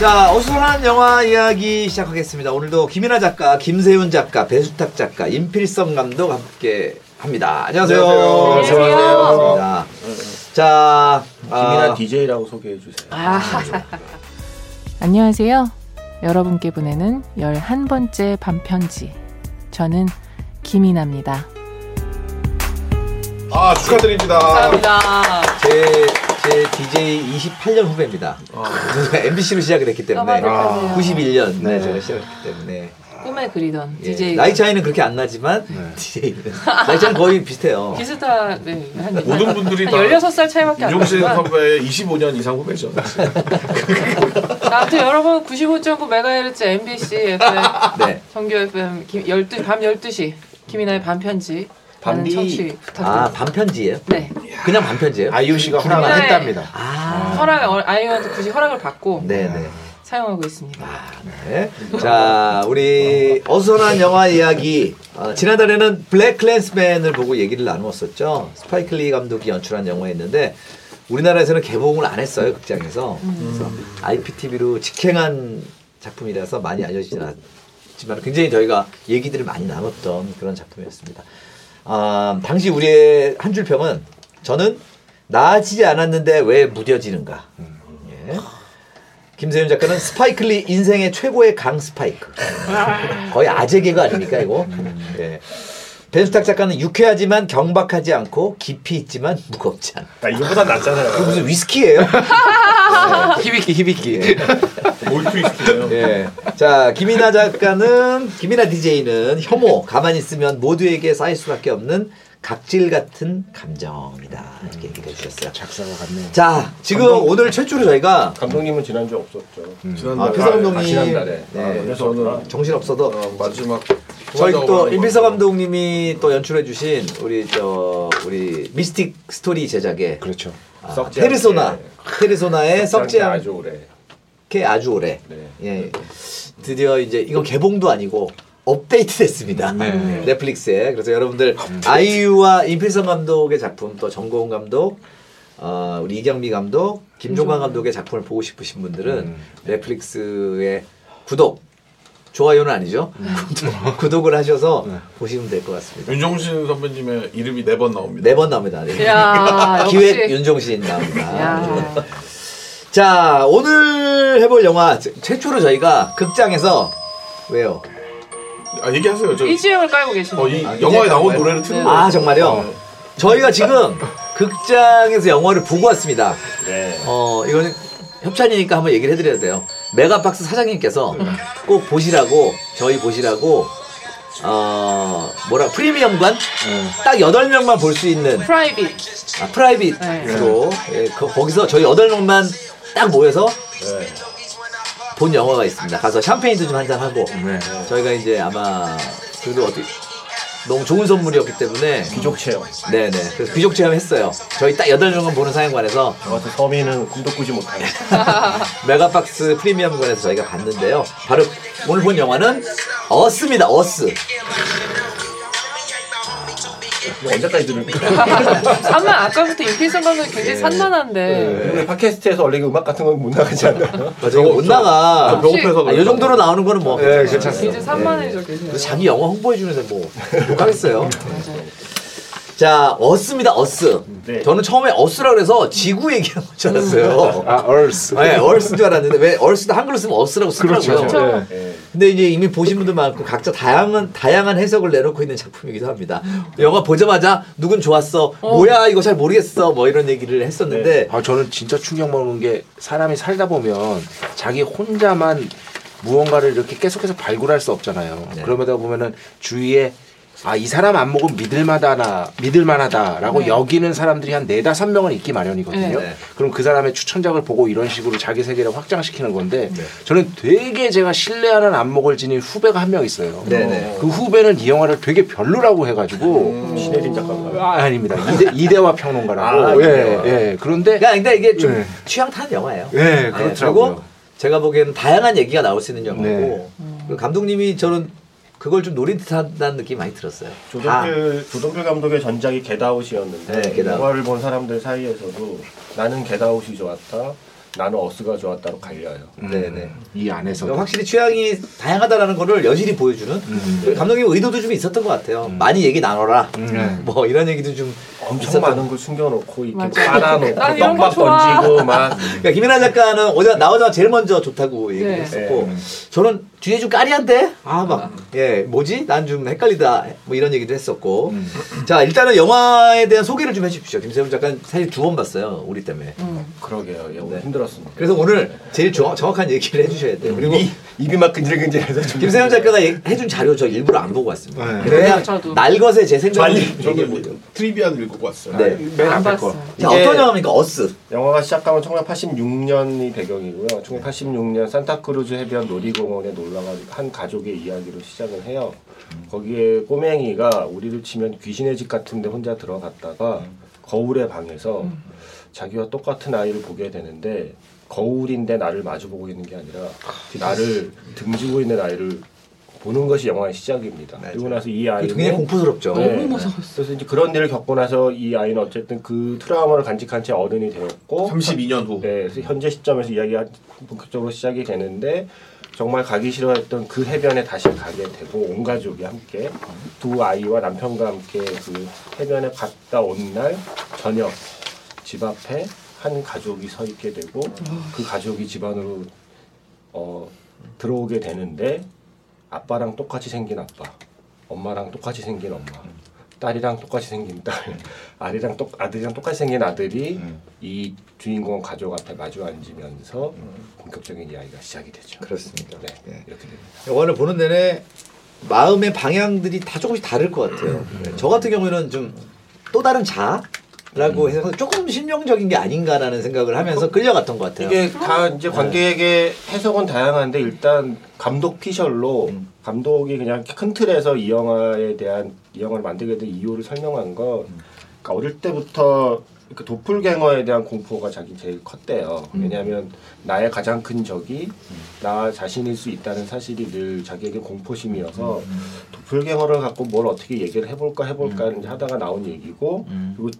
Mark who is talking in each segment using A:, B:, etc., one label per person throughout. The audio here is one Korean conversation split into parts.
A: 자, 어수선한 영화 이야기 시작하겠습니다. 오늘도 김인하 작가, 김세윤 작가, 배수탁 작가, 임필성 감독 함께 합니다. 안녕하세요.
B: 안녕하세요.
A: 반갑습니다. 자,
B: 김이나
A: 아,
B: DJ라고 소개해 주세요.
C: 아,
D: 아.
E: 안녕하세요. 여러분께 보내는 11번째 반편지. 저는 김이나입니다.
C: 아 축하드립니다.
A: 제, 제 DJ 28년 후배입니다.
B: 아.
A: MBC로 시작을 했기 때문에.
C: 아,
A: 91년 네,
C: 네.
A: 제가 시작했기 때문에
D: 꿈에 그리던
A: 예,
D: DJ
A: 나이 차이는 그렇게 안 나지만
B: 네.
A: DJ는 나이 차이는 거의 비슷해요.
D: 비슷한 네, 한
C: 모든 분들이
D: 한
C: 다
D: 16살 차이밖에 안
C: 윤종신
D: 나지만
C: 선배의 25년 이상 후배죠.
D: 아무튼 여러분 95.9MHz MBC FM
A: 네.
D: 정규 FM 김, 12, 밤 12시 김이나의 반편지 많은
A: 반비-
D: 청취
A: 아
D: 부탁드립니다
A: 반편지예요?
D: 네
A: 그냥 반편지예요?
B: 아이유 씨가
D: 김이나의-
B: 허락을 했답니다.
A: 아,
D: 허락 어, 아이언한테 굳이 허락을 받고
A: 네네.
D: 사용하고 있습니다
A: 네. 자, 우리 어수선한 영화 이야기. 어, 지난달에는 블랙 클랜스맨을 보고 얘기를 나누었었죠. 스파이크 리 감독이 연출한 영화였는데 우리나라에서는 개봉을 안 했어요 극장에서. 그래서 IPTV로 직행한 작품이라서 많이 알려지진 않지만 굉장히 저희가 얘기들을 많이 나눴던 그런 작품이었습니다. 아, 당시 우리의 한 줄 평은 저는 나아지지 않았는데 왜 무뎌지는가. 예. 김세윤 작가는 스파이클리 인생의 최고의 강 스파이크. 거의 아재개가 아닙니까 이거? 예. 벤스탁 작가는 유쾌하지만 경박하지 않고 깊이 있지만 무겁지 않아.
B: 나 이거보다
A: 이거
B: 낫잖아요.
A: 무슨 위스키예요? 히비키 히비키.
B: 몰트위스트예요.
A: 예. 자, 김이나 작가는 김이나 DJ는 혐오, 가만히 있으면 모두에게 쌓일 수밖에 없는 각질 같은 감정이다. 이렇게 얘기해 주셨어요.
B: 작사가 같네요.
A: 자, 지금 오늘 최초로 저희가
B: 감독님은 지난주 없었죠.
C: 지난달에.
A: 아, 피서 감독님.
C: 아, 지난달에.
A: 네.
C: 아, 그래서 저는
A: 정신 없어도
C: 어, 마지막
A: 저희 또
C: 찾아오라는
A: 임필서
C: 거.
A: 감독님이 또 연출해주신 우리 저 우리 미스틱 스토리 제작의
B: 그렇죠.
A: 아,
C: 썩지
A: 페르소나
C: 않게.
A: 페르소나의 썩지
C: 아주
A: 않게
C: 오래.
A: 아주 오래
C: 네.
A: 예 드디어 이제 이건 개봉도 아니고 업데이트 됐습니다
C: 네.
D: 네.
A: 넷플릭스에 그래서 여러분들 아이유와 임필성 감독의 작품 또 정고은 감독 어, 우리 이경미 감독
D: 음.
A: 김종관 감독의 작품을 보고 싶으신 분들은
C: 음.
A: 넷플릭스에 구독 좋아요는 아니죠
C: 음.
A: 구독, 구독을 하셔서
C: 네.
A: 보시면 될 것 같습니다
C: 윤종신 선배님의 이름이 네 번 나옵니다.
A: 네 번 나옵니다 네.
D: 이야 역시
A: 기획 윤종신 나옵니다 네.
D: 야.
A: 자 오늘 해볼 영화 최- 최초로 저희가 극장에서 왜요?
C: 아 얘기하세요. 저
D: 이 지형을 깔고 계시네요
C: 어, 이
A: 아,
C: 영화에 나온
A: 이제 정말-
C: 노래를
D: 네.
C: 트는 거예요.
A: 아 정말요? 저희가 지금 극장에서 영화를 보고 왔습니다.
B: 네.
A: 어 이거는 협찬이니까 한번 얘기를 해드려야 돼요. 메가박스 사장님께서 꼭 보시라고 저희 보시라고 어 뭐라 프리미엄관 어, 딱 여덟 명만 볼 수 있는
D: 프라이빗
A: 아, 프라이빗으로 예, 거- 거기서 저희 여덟 명만 딱 모여서
C: 네.
A: 본 영화가 있습니다. 가서 샴페인도 좀 한잔 하고 저희가 이제 아마 그래도 어떻게 너무 좋은 선물이었기 때문에
B: 귀족체요.
A: 네네 그래서 귀족 체험했어요. 저희 딱 여덟 명만 보는 상영관에서
B: 저 같은 서민은 꿈도 꾸지 못하는.
A: 메가박스 프리미엄관에서 저희가 봤는데요. 바로 오늘 본 영화는 어스입니다. 어스.
B: 이거 언제까지 들을 거야?
D: 잠만 아까부터 임필성 감독이
B: 네.
D: 굉장히 산만한데
B: 근데 네. 팟캐스트에서 원래 이거 음악 같은 건 못 나가지 않나?
A: 그러니까 저거 못 나가.
C: 배고파서
A: 아, 이 정도로 나오는 거는 뭐.
B: 네,
D: 이제 산만해져 계세요
A: 그래서 자기 영화 홍보해 주는데 뭐 못하겠어요. 자, 어스입니다. 어스.
B: 네.
A: 저는 처음에 어스라 그래서 지구 얘기한 줄 알았어요.
F: 아, 얼스.
A: 네, 얼스인 줄 알았는데 왜 얼스도 한글로 쓰면 어스라고 쓰더라고요.
F: 네.
B: 네.
D: 그렇죠.
A: 근데 이제 이미 보신 분들 많고 각자 다양한 다양한 해석을 내놓고 있는 작품이기도 합니다. 영화 보자마자 누군 좋았어, 뭐야 이거 잘 모르겠어, 뭐 이런 얘기를 했었는데
F: 아, 저는 진짜 충격 먹는 게 사람이 살다 보면 자기
A: 네.
F: 혼자만 무언가를 이렇게 계속해서 발굴할 수 없잖아요. 그러다 보면은 주위에 아 이 사람 안 먹으면 믿을만하다 믿을만하다라고 여기는 사람들이 한 네다섯 명은 있기 마련이거든요.
A: 네.
F: 그럼 그 사람의 추천작을 보고 이런 식으로 자기 세계를 확장시키는 건데
A: 네.
F: 저는 되게 제가 신뢰하는 안목을 지닌 후배가 한 명 있어요.
A: 네네. 음.
F: 그 후배는 이 영화를 되게 별로라고 해가지고
B: 신혜진 작가가
F: 아, 아닙니다. 이대, 이대화 평론가라고.
A: 아,
F: 예,
A: 이대화.
F: 예. 그런데
A: 그러니까 근데 이게 좀
F: 네.
A: 취향 타는 영화예요. 네,
F: 예, 그렇더라고요.
A: 그리고 제가 보기에는 다양한 얘기가 나올 수 있는 영화고
F: 네.
A: 그리고 감독님이 저는 그걸 좀 노린 듯한다는 느낌이 많이 들었어요. 아,
B: 조동필 조동필 감독의 전작이 겟아웃이었는데
A: 네, 겟아웃.
B: 영화를 본 사람들 사이에서도 나는 겟아웃이 좋았다, 나는 어스가 좋았다로 갈려요.
A: 네네.
F: 이 안에서
A: 그러니까 확실히 취향이 다양하다라는 거를 여실히 보여주는 감독님 의도도 좀 있었던 것 같아요. 많이 얘기 나눠라. 뭐 이런 얘기도 좀
B: 엄청
A: 있었던
B: 많은 걸 숨겨놓고 이렇게
D: 맞아.
B: 빨아놓고
D: 난 이런 거
B: 떡밥
D: 좋아.
B: 던지고 막
A: 그러니까 김연아 작가는 오자 나오자마자 제일 먼저 좋다고 얘기를
D: 네.
A: 했었고 저는 뒤에 좀 까리한데 아 막 예 뭐지 난 좀 헷갈리다 뭐 이런 얘기도 했었고 자 일단은 영화에 대한 소개를 좀 해주십시오 김세훈 작가는 사실 두 번 봤어요 우리 때문에
B: 그러게요. 예, 오늘
A: 네.
B: 힘들었습니다.
A: 그래서 오늘 제일 정확, 정확한 얘기를 해주셔야 돼요 그리고
B: 입이 입이 막 근질근질해서 좀
A: 김세훈 작가가 얘기- 해준 자료 저 일부러 안 보고 왔습니다
F: 네.
A: 그냥
D: 저도.
A: 날 것에 제 생각을
B: 빨리
A: 얘기해
C: 저도
A: 보죠
C: 뭐 트리비아를 읽고 왔어요.
A: 네.
F: 맨
D: 안
F: 앞에
D: 봤어.
F: 거.
A: 자
B: 이게-
A: 어떤 영화입니까 어스
B: 영화가 시작하면 1986년이 배경이고요. 1986년 산타크루즈 해변 놀이공원에 놀러간 한 가족의 이야기로 시작을 해요. 거기에 꼬맹이가 우리를 치면 귀신의 집 같은데 혼자 들어갔다가 거울의 방에서 자기와 똑같은 아이를 보게 되는데 거울인데 나를 마주보고 있는 게 아니라 나를 등지고 있는 아이를 보는 것이 영화의 시작입니다. 그리고 나서 이 아이는
A: 네, 굉장히 공포스럽죠
B: 네. 그래서 이제 그런 일을 겪고 나서 이 아이는 어쨌든 그 트라우마를 간직한 채 어른이 되었고
C: 32년 후.
B: 네, 그래서 현재 시점에서 이야기가 본격적으로 시작이 되는데 정말 가기 싫어했던 그 해변에 다시 가게 되고 온 가족이 함께 두 아이와 남편과 함께 그 해변에 갔다 온 날 저녁 집 앞에 한 가족이 서 있게 되고 그 가족이 집 안으로 어, 들어오게 되는데 아빠랑 똑같이 생긴 아빠, 엄마랑 똑같이 생긴 엄마,
A: 음.
B: 딸이랑 똑같이 생긴 딸, 아들이랑 똑 아들이랑 똑같이 생긴 아들이
A: 음.
B: 이 주인공 가족 앞에 마주 앉으면서 본격적인 이야기가 시작이 되죠.
A: 음. 그렇습니다
B: 네,
A: 예.
B: 이렇게 됩니다.
A: 영화를 보는 내내 마음의 방향들이 다 조금씩 다를 것 같아요. 저 같은 경우에는 좀 또 다른 자라고 해서 조금 신명적인 게 아닌가라는 생각을 하면서 끌려갔던 것 같아요.
B: 이게 다 이제 관객의 해석은 다양한데 일단 감독 피셜로
A: 음.
B: 감독이 그냥 큰 틀에서 이 영화에 대한 이 영화를 만들게 된 이유를 설명한 거
A: 음.
B: 그러니까 어릴 때부터 이렇게 도플갱어에 대한 공포가 자기 제일 컸대요.
A: 음.
B: 왜냐하면 나의 가장 큰 적이 나 자신일 수 있다는 사실이 늘 자기에게
A: 음,
B: 공포심이어서 도플갱어를 갖고 뭘 어떻게 얘기를 해볼까
A: 음.
B: 해볼까 이제 하다가 나온 얘기고 그리고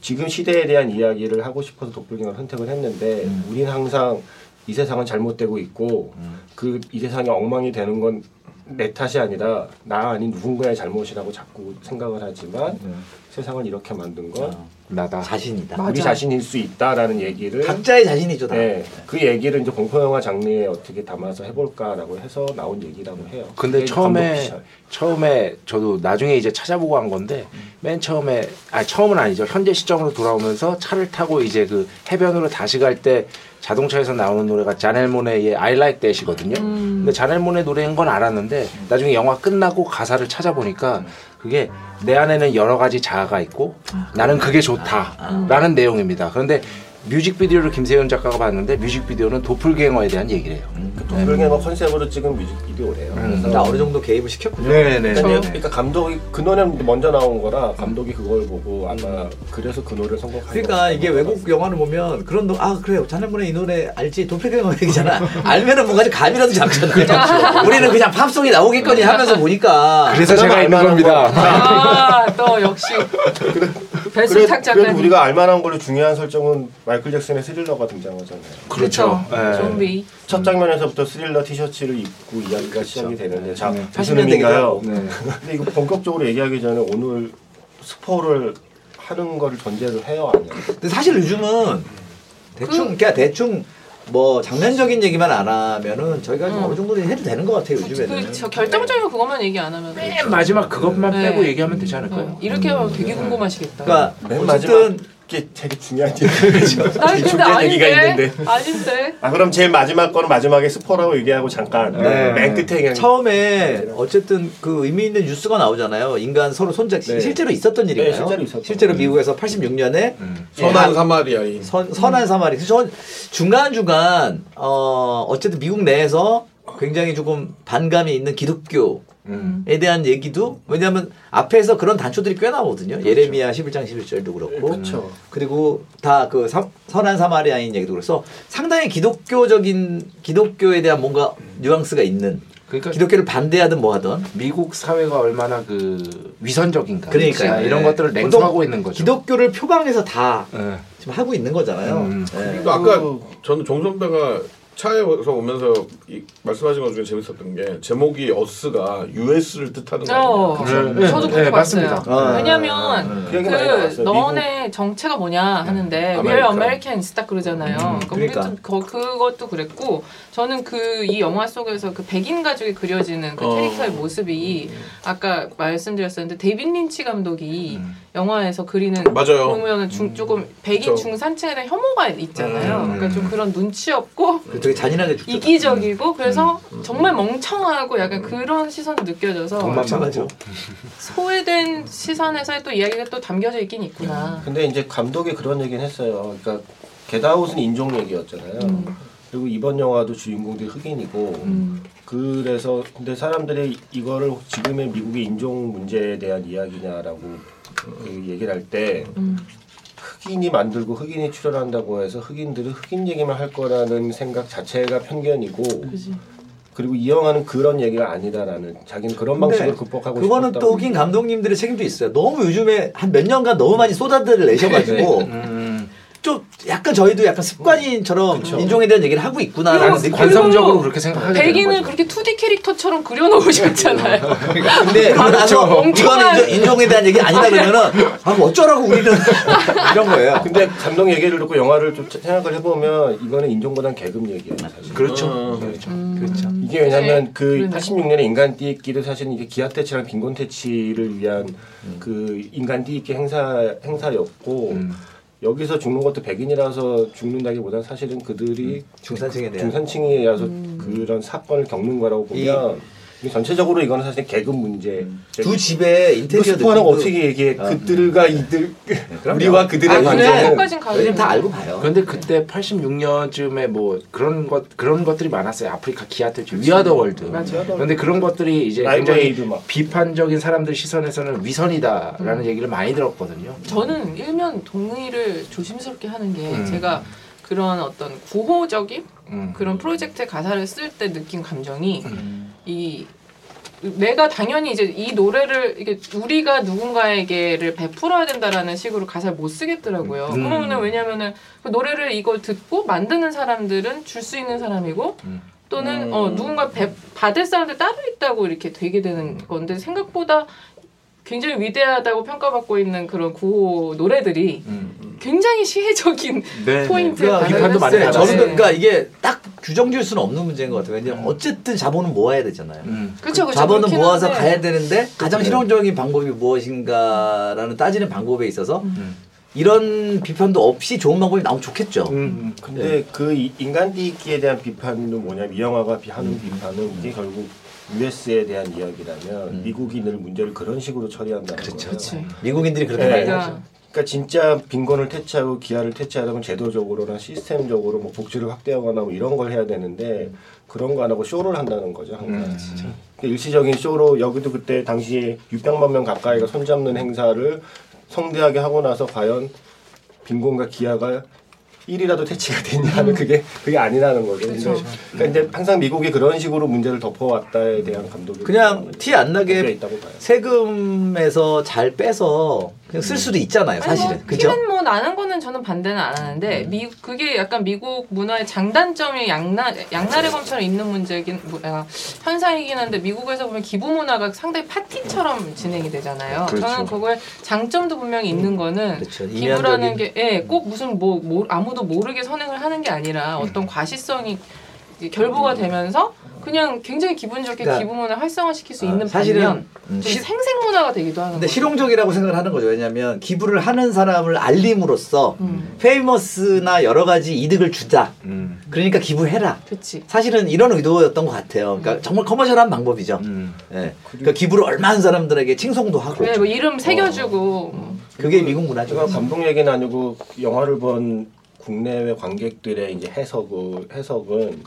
B: 지금 시대에 대한 이야기를 하고 싶어서 도플갱어를 선택을 했는데
F: 음.
B: 우린 항상 이 세상은 잘못되고 있고 그 이 세상이 엉망이 되는 건 내 탓이 아니라 나 아닌 누군가의 잘못이라고 자꾸 생각을 하지만
F: 네.
B: 세상을 이렇게 만든 건
F: 아. 나다.
A: 자신이다.
B: 우리 자신일 수 있다라는 얘기를
A: 각자의 자신이죠, 다.
B: 네, 그 얘기를 이제 공포 영화 장르에 어떻게 담아서 해볼까라고 해서 나온 얘기라고 해요.
F: 근데
B: 그게 네, 감독
F: 처음에
B: 피셜.
F: 처음에 저도 나중에 이제 찾아보고 한 건데 맨 처음에 아 처음은 아니죠 현재 시점으로 돌아오면서 차를 타고 이제 그 해변으로 다시 갈 때 자동차에서 나오는 노래가 자넬모네의 I Like That이거든요.
B: 음.
F: 근데 자넬모네 노래인 건 알았는데 나중에 영화 끝나고 가사를 찾아보니까 그게 내 안에는 여러 가지 자아가 있고 나는 그게 좋다라는 내용입니다. 그런데 뮤직비디오를 김세윤 작가가 봤는데 뮤직비디오는 도플갱어에 대한 얘기를 해요.
B: 그 동물갱어 컨셉으로 찍은 뮤직비디오래요.
F: 음.
A: 나 어느 정도 개입을 시켰군요.
F: 네네네.
A: 그렇죠.
B: 그러니까 그러니까 감독이 근원은 먼저 나온 거라 감독이 그걸 보고 아마 그래서 근원을 선곡한
A: 그러니까 이게 외국 영화를 보면 그런 노, 아 그래요 자네분의 이 노래 알지 도플갱어 얘기잖아 알면은 뭔가 좀 감이라도 잡잖아
B: 그렇죠.
A: 우리는 그냥 팝송이 나오겠거니
B: 음.
A: 하면서 보니까
F: 그래서 제가 있는 겁니다.
D: 아또 역시
B: 그래,
D: 배수탁 작가님.
B: 그래도 우리가 알만한 걸로 중요한 설정은 마이클 잭슨의 스릴러가 등장하잖아요.
D: 그렇죠.
B: 네.
F: 예.
D: 좀비.
A: 음.
B: 첫 장면에서부터 스릴러 티셔츠를 입고 이야기가
A: 그렇죠.
B: 시작이 되는데 자
A: 네.
B: 무슨
A: 80년대 네. 기도
B: 의미인가요?
A: 하고.
F: 네.
B: 근데 이거 본격적으로 얘기하기 전에 오늘 스포를 하는 거를 전제를 해요 아니요?
A: 근데 사실 요즘은 대충 그... 러니까 대충 뭐 장면적인 얘기만 안 하면은 저희가
B: 음.
A: 좀 어느 정도 해도 되는 것 같아요
B: 네.
A: 요즘에는.
D: 그저 결정적인 거 그것만 얘기 안 하면.
F: 마지막 그것만
D: 네.
F: 빼고 얘기하면 되지 않을까요?
B: 네. 음.
D: 어, 이렇게 하면 되게 궁금하시겠다.
A: 그러니까
B: 맨
A: 어쨌든
B: 그게 되게 중요한 얘기죠.
A: 그렇죠.
D: 아니 근데
B: 중요한 얘기가
D: 아닌데
A: 네.
B: 있는데.
D: 아닌데
B: 아 그럼 제일 마지막 거는 마지막에 스포라고 얘기하고 잠깐
A: 네.
B: 맨 끝에 그냥
A: 처음에 어쨌든 그 의미 있는 뉴스가 나오잖아요. 인간 서로 손잡기
B: 네.
A: 실제로 있었던 일인가요?
B: 네, 실제로 있었던 음.
A: 실제로
B: 거예요.
A: 미국에서 86년에
B: 예.
C: 선한 사마리아인.
A: 선, 선한 사마리. 그래서 전 중간중간, 어, 어쨌든 미국 내에서 굉장히 조금 반감이 있는 기독교에
F: 음.
A: 대한 얘기도, 왜냐하면 앞에서 그런 단초들이 꽤 나오거든요. 예레미야 11장 11절도 그렇고.
B: 그렇죠.
A: 그리고 다 그 선한 사마리아인 얘기도 그래서 상당히 기독교적인, 기독교에 대한 뭔가 뉘앙스가 있는.
F: 그러니까
A: 기독교를 반대하든 뭐하든.
F: 미국 사회가 얼마나 그 위선적인가.
A: 그러니까요.
F: 이런
A: 예.
F: 것들을
A: 보통
F: 냉소하고 있는 거죠.
A: 기독교를 표방해서 다
F: 예.
A: 지금 하고 있는 거잖아요.
F: 음.
A: 예.
C: 그러니까 아까 저는 종선배가 차에서 오면서 이- 말씀하신 것 중에 재밌었던 게 제목이 어스가 US를 뜻하는
D: 어,
C: 거예요.
F: 예,
D: 저도
F: 예,
D: 그렇게 봤어요
F: 맞습니다. 네.
A: 아,
D: 왜냐면
A: 아, 아, 아.
B: 그 얘기 많이
D: 그
B: 나왔어요.
D: 너네 정체가 뭐냐 하는데
C: 아메리칸.
D: We're Americans 딱 그러잖아요. 그러니까,
A: 그러니까.
D: 우리 좀 거, 그것도 그랬고 저는 그 이 영화 속에서 그 백인 가족이 그려지는 그
C: 어.
D: 캐릭터의 모습이 아까 말씀드렸었는데 데이빗 린치 감독이 영화에서 그리는
C: 맞아요.
D: 보면은 중, 조금 백인
C: 그쵸.
D: 중산층에 대한 혐오가 있잖아요.
C: 음.
D: 그러니까 좀 그런 눈치 없고
A: 그 되게 잔인하게 죽죠.
D: 이기적이고 그래서 정말 멍청하고 약간 그런 시선도
F: 정말
D: 느껴져서
A: 마찬가지죠.
D: 소외된 시선에서의 또 이야기가 또 담겨져 있긴 있구나.
B: 근데 이제 감독이 그런 얘기는 했어요. 그러니까 겟아웃은 인종 얘기였잖아요. 그리고 이번 영화도 주인공들이 흑인이고
D: 음.
B: 그래서 근데 사람들이 이거를 지금의 미국의 인종 문제에 대한 이야기냐라고 그 얘기를 할 때 흑인이 만들고 흑인이 출연한다고 해서 흑인들은 흑인 얘기만 할 거라는 생각 자체가 편견이고
D: 그지.
B: 그리고 이 영화는 그런 얘기가 아니다라는 자기는 그런 방식으로 극복하고
A: 그거는
B: 싶었다고
A: 또 흑인 감독님들의 책임도 있어요. 너무 요즘에 한 몇 년간 너무 많이 쏟아들을
B: 네.
A: 내셔가지고
F: 음.
A: 좀 약간 저희도 약간 습관인처럼 인종에 대한 얘기를 하고 있구나라는 느낌.
F: 관성적으로 그렇게 생각하게 되는
D: 백인을
F: 거죠.
D: 그렇게 2D 캐릭터처럼 그려놓으셨잖아요.
A: 근데 그러고 나서
D: 멍청한-
A: 이거는 인종, 에 대한 얘기 아니다 그러면은 아, 뭐 어쩌라고 우리는 이런 거예요.
B: 근데 감독 얘기를 듣고 영화를 좀 생각을 해보면 이거는 인종보단 계급 얘기예요 사실.
F: 그렇죠.
C: 음.
F: 그렇죠.
D: 그렇죠.
B: 이게 왜냐면 그
D: 그러네.
B: 86년에 인간 띠입기도 사실은 이게 기아 퇴치랑 빈곤 퇴치를 위한
A: 음.
B: 그 인간 띠입기 행사 행사였고 여기서 죽는 것도 백인이라서 죽는다기보다는 사실은
A: 음.
B: 그들이
A: 중산층에 대한.
B: 중산층이라서
D: 음.
B: 그런 사건을 겪는 거라고 보면 이게 전체적으로 이거는 사실 계급 문제.
A: 음. 두 집의 인테리어
B: 스포하고
A: 느낌도-
B: 어떻게 얘기해?
A: 아, 네,
B: 그들과 이들
A: 그럼요.
B: 우리와
D: 아,
B: 그들의
D: 그래?
B: 관계는
D: 끝까진 가요.
A: 요즘 다 알고 봐요.
F: 근데 그때 86년쯤에 뭐 그런 것 그런 것들이 많았어요. 아프리카 기아테즈 위아더 월드.
D: 맞아.
F: 근데 그런 것들이
A: 네,
F: 이제 굉장히
B: 라이브에이드 막
F: 비판적인 사람들 시선에서는 위선이다라는 얘기를 많이 들었거든요.
D: 저는 일면 동의를 조심스럽게 하는 게
F: 음.
D: 제가 그런 어떤 구호적인
F: 음.
D: 그런 프로젝트 가사를 쓸 때 느낀 감정이 이 내가 당연히 이제 이 노래를 이게 우리가 누군가에게를 베풀어야 된다라는 식으로 가사를 못 쓰겠더라고요.
F: 음.
D: 그러면은 왜냐면은 그 노래를 이걸 듣고 만드는 사람들은 줄 수 있는 사람이고
F: 음.
D: 또는
C: 음.
D: 어 누군가 베, 받을 사람들 따로 있다고 이렇게 되게 되는 건데 생각보다 굉장히 위대하다고 평가받고 있는 그런 구호 노래들이
F: 음.
D: 굉장히 시혜적인
F: 네.
D: 포인트에
A: 그러니까
D: 반응을
F: 비판도 많이
D: 했어요.
A: 네,
F: 받았어요.
A: 저는
D: 네.
A: 그러니까 이게 딱 규정 지을 수는 없는 문제인 것 같아요. 왜냐면 어쨌든 자본은 모아야 되잖아요.
F: 음.
D: 그쵸, 그쵸.
A: 자본은
D: 그렇긴
A: 모아서
D: 한데.
A: 가야 되는데 가장 실용적인 방법이 무엇인가라는 따지는 방법에 있어서
F: 음.
A: 이런 비판도 없이 좋은 방법이 나오면 좋겠죠.
F: 음.
B: 근데
D: 네.
B: 그 이- 인간 뒤기에 대한 비판도 뭐냐면 이 영화가 비하는
D: 음.
B: 비판은 이게 결국 US에 대한 이야기라면 미국인을 문제를 그런 식으로 처리한다는 거예요.
D: 음. 그렇죠. 그치.
A: 미국인들이 그렇게
B: 네.
A: 많이 하죠.
D: 그러니까
B: 그러니까 진짜 빈곤을 퇴치하고 기아를 퇴치하려면 제도적으로나 시스템적으로 뭐 복지를 확대하거나 뭐 이런 걸 해야 되는데 그런 거 안 하고 쇼를 한다는 거죠
A: 음,
B: 항상. 그러니까 일시적인 쇼로 여기도 그때 당시에 600만 명 가까이가 손잡는 행사를 성대하게 하고 나서 과연 빈곤과 기아가 1이라도 퇴치가 됐냐
A: 음.
B: 하면 그게 그게 아니라는 거죠. 근데,
A: 그렇죠.
B: 그러니까 이제 항상 미국이 그런 식으로 문제를 덮어왔다에 대한 감독이
A: 그냥 티 안
B: 담겨
A: 나게
B: 있다고 봐요.
A: 세금에서 잘 빼서 그냥
B: 음.
A: 쓸 수도 있잖아요, 사실은.
D: 아니 뭐
A: 그죠? 음.
D: 티는 뭐 나는 거는 저는 반대는 안 하는데 미 그게 약간 미국 문화의 장단점이 양나 양날의 검처럼 있는 문제긴 뭐야 아, 현상이긴 한데 미국에서 보면 기부 문화가 상당히 파티처럼 진행이 되잖아요.
F: 그렇죠.
D: 저는 그거에 장점도 분명히 있는 거는
A: 그렇죠.
D: 기부라는
A: 이면적인- 음.
D: 게 예 꼭 무슨 뭐, 뭐 아무도 모르게 선행을 하는 게 아니라 어떤 과시성이 이제 결부가 되면서 그냥 굉장히 기분 좋게
A: 그러니까,
D: 기부문을 활성화시킬 수
A: 아,
D: 있는
A: 사실은,
D: 반면
A: 음,
D: 좀
A: 시-
D: 생색 문화가 되기도 하는
A: 근데
D: 거죠.
A: 실용적이라고 생각을 하는 거죠. 왜냐하면 기부를 하는 사람을 알림으로써
D: 음.
A: 페이머스나 여러 가지 이득을 주자.
F: 음.
A: 그러니까 기부해라.
D: 그렇지.
A: 사실은 이런 의도였던 것 같아요. 그러니까 정말 커머셜한 방법이죠.
F: 음.
A: 예. 그러니까 기부를 얼마 한 사람들에게 칭송도 하고
D: 네, 뭐 이름 새겨주고 뭐.
A: 그게 미국
B: 제가
A: 문화죠.
B: 감독 얘기는 아니고 영화를 본 국내외 관객들의 이제 해석은 해석은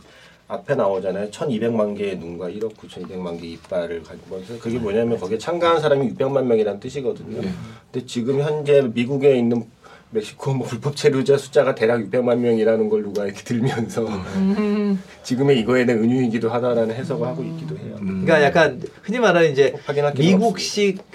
B: 앞에 나오잖아요. 1,200만 개의 눈과 1억 9,200만 개의 이빨을 가지고 있어서 그게 뭐냐면 거기에 참가한 사람이 600만 명이라는 뜻이거든요. 근데 지금 현재 미국에 있는 멕시코 뭐 불법 체류자 숫자가 대략 600만 명이라는 걸 누가 이렇게 들면서 지금의 이거에 대한 은유이기도 하다라는 해석을 하고 있기도 해요.
A: 그러니까 약간 흔히 말하는 이제
B: 확인할 필요가
A: 미국식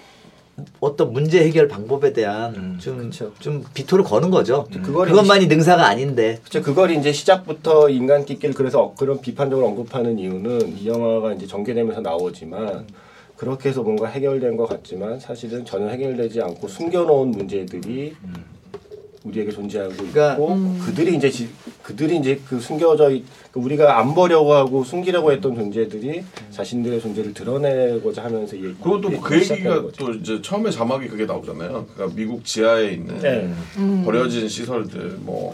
A: 어떤 문제 해결 방법에 대한
F: 음,
A: 좀 좀
B: 그쵸.
A: 비토를 거는 거죠.
B: 그거를
A: 음. 그것만이 능사가 아닌데
B: 그렇죠. 그걸 이제 시작부터 인간 끼끼를 그래서 어- 그런 비판적으로 언급하는 이유는 이 영화가 이제 전개되면서 나오지만 그렇게 해서 뭔가 해결된 것 같지만 사실은 전혀 해결되지 않고 숨겨놓은 문제들이 우리에게 존재하고
A: 그러니까-
B: 있고 그들이 이제 지- 그들이 이제 그 숨겨져 있, 그 우리가 안 보려고 하고 숨기려고 했던 존재들이 자신들의 존재를 드러내고자 하면서 이
C: 그리고 또 그 얘기가
B: 예, 시작하는 거죠.
C: 또 이제 처음에 자막이 그게 나오잖아요. 그러니까 미국 지하에 있는
B: 네.
C: 버려진 시설들 뭐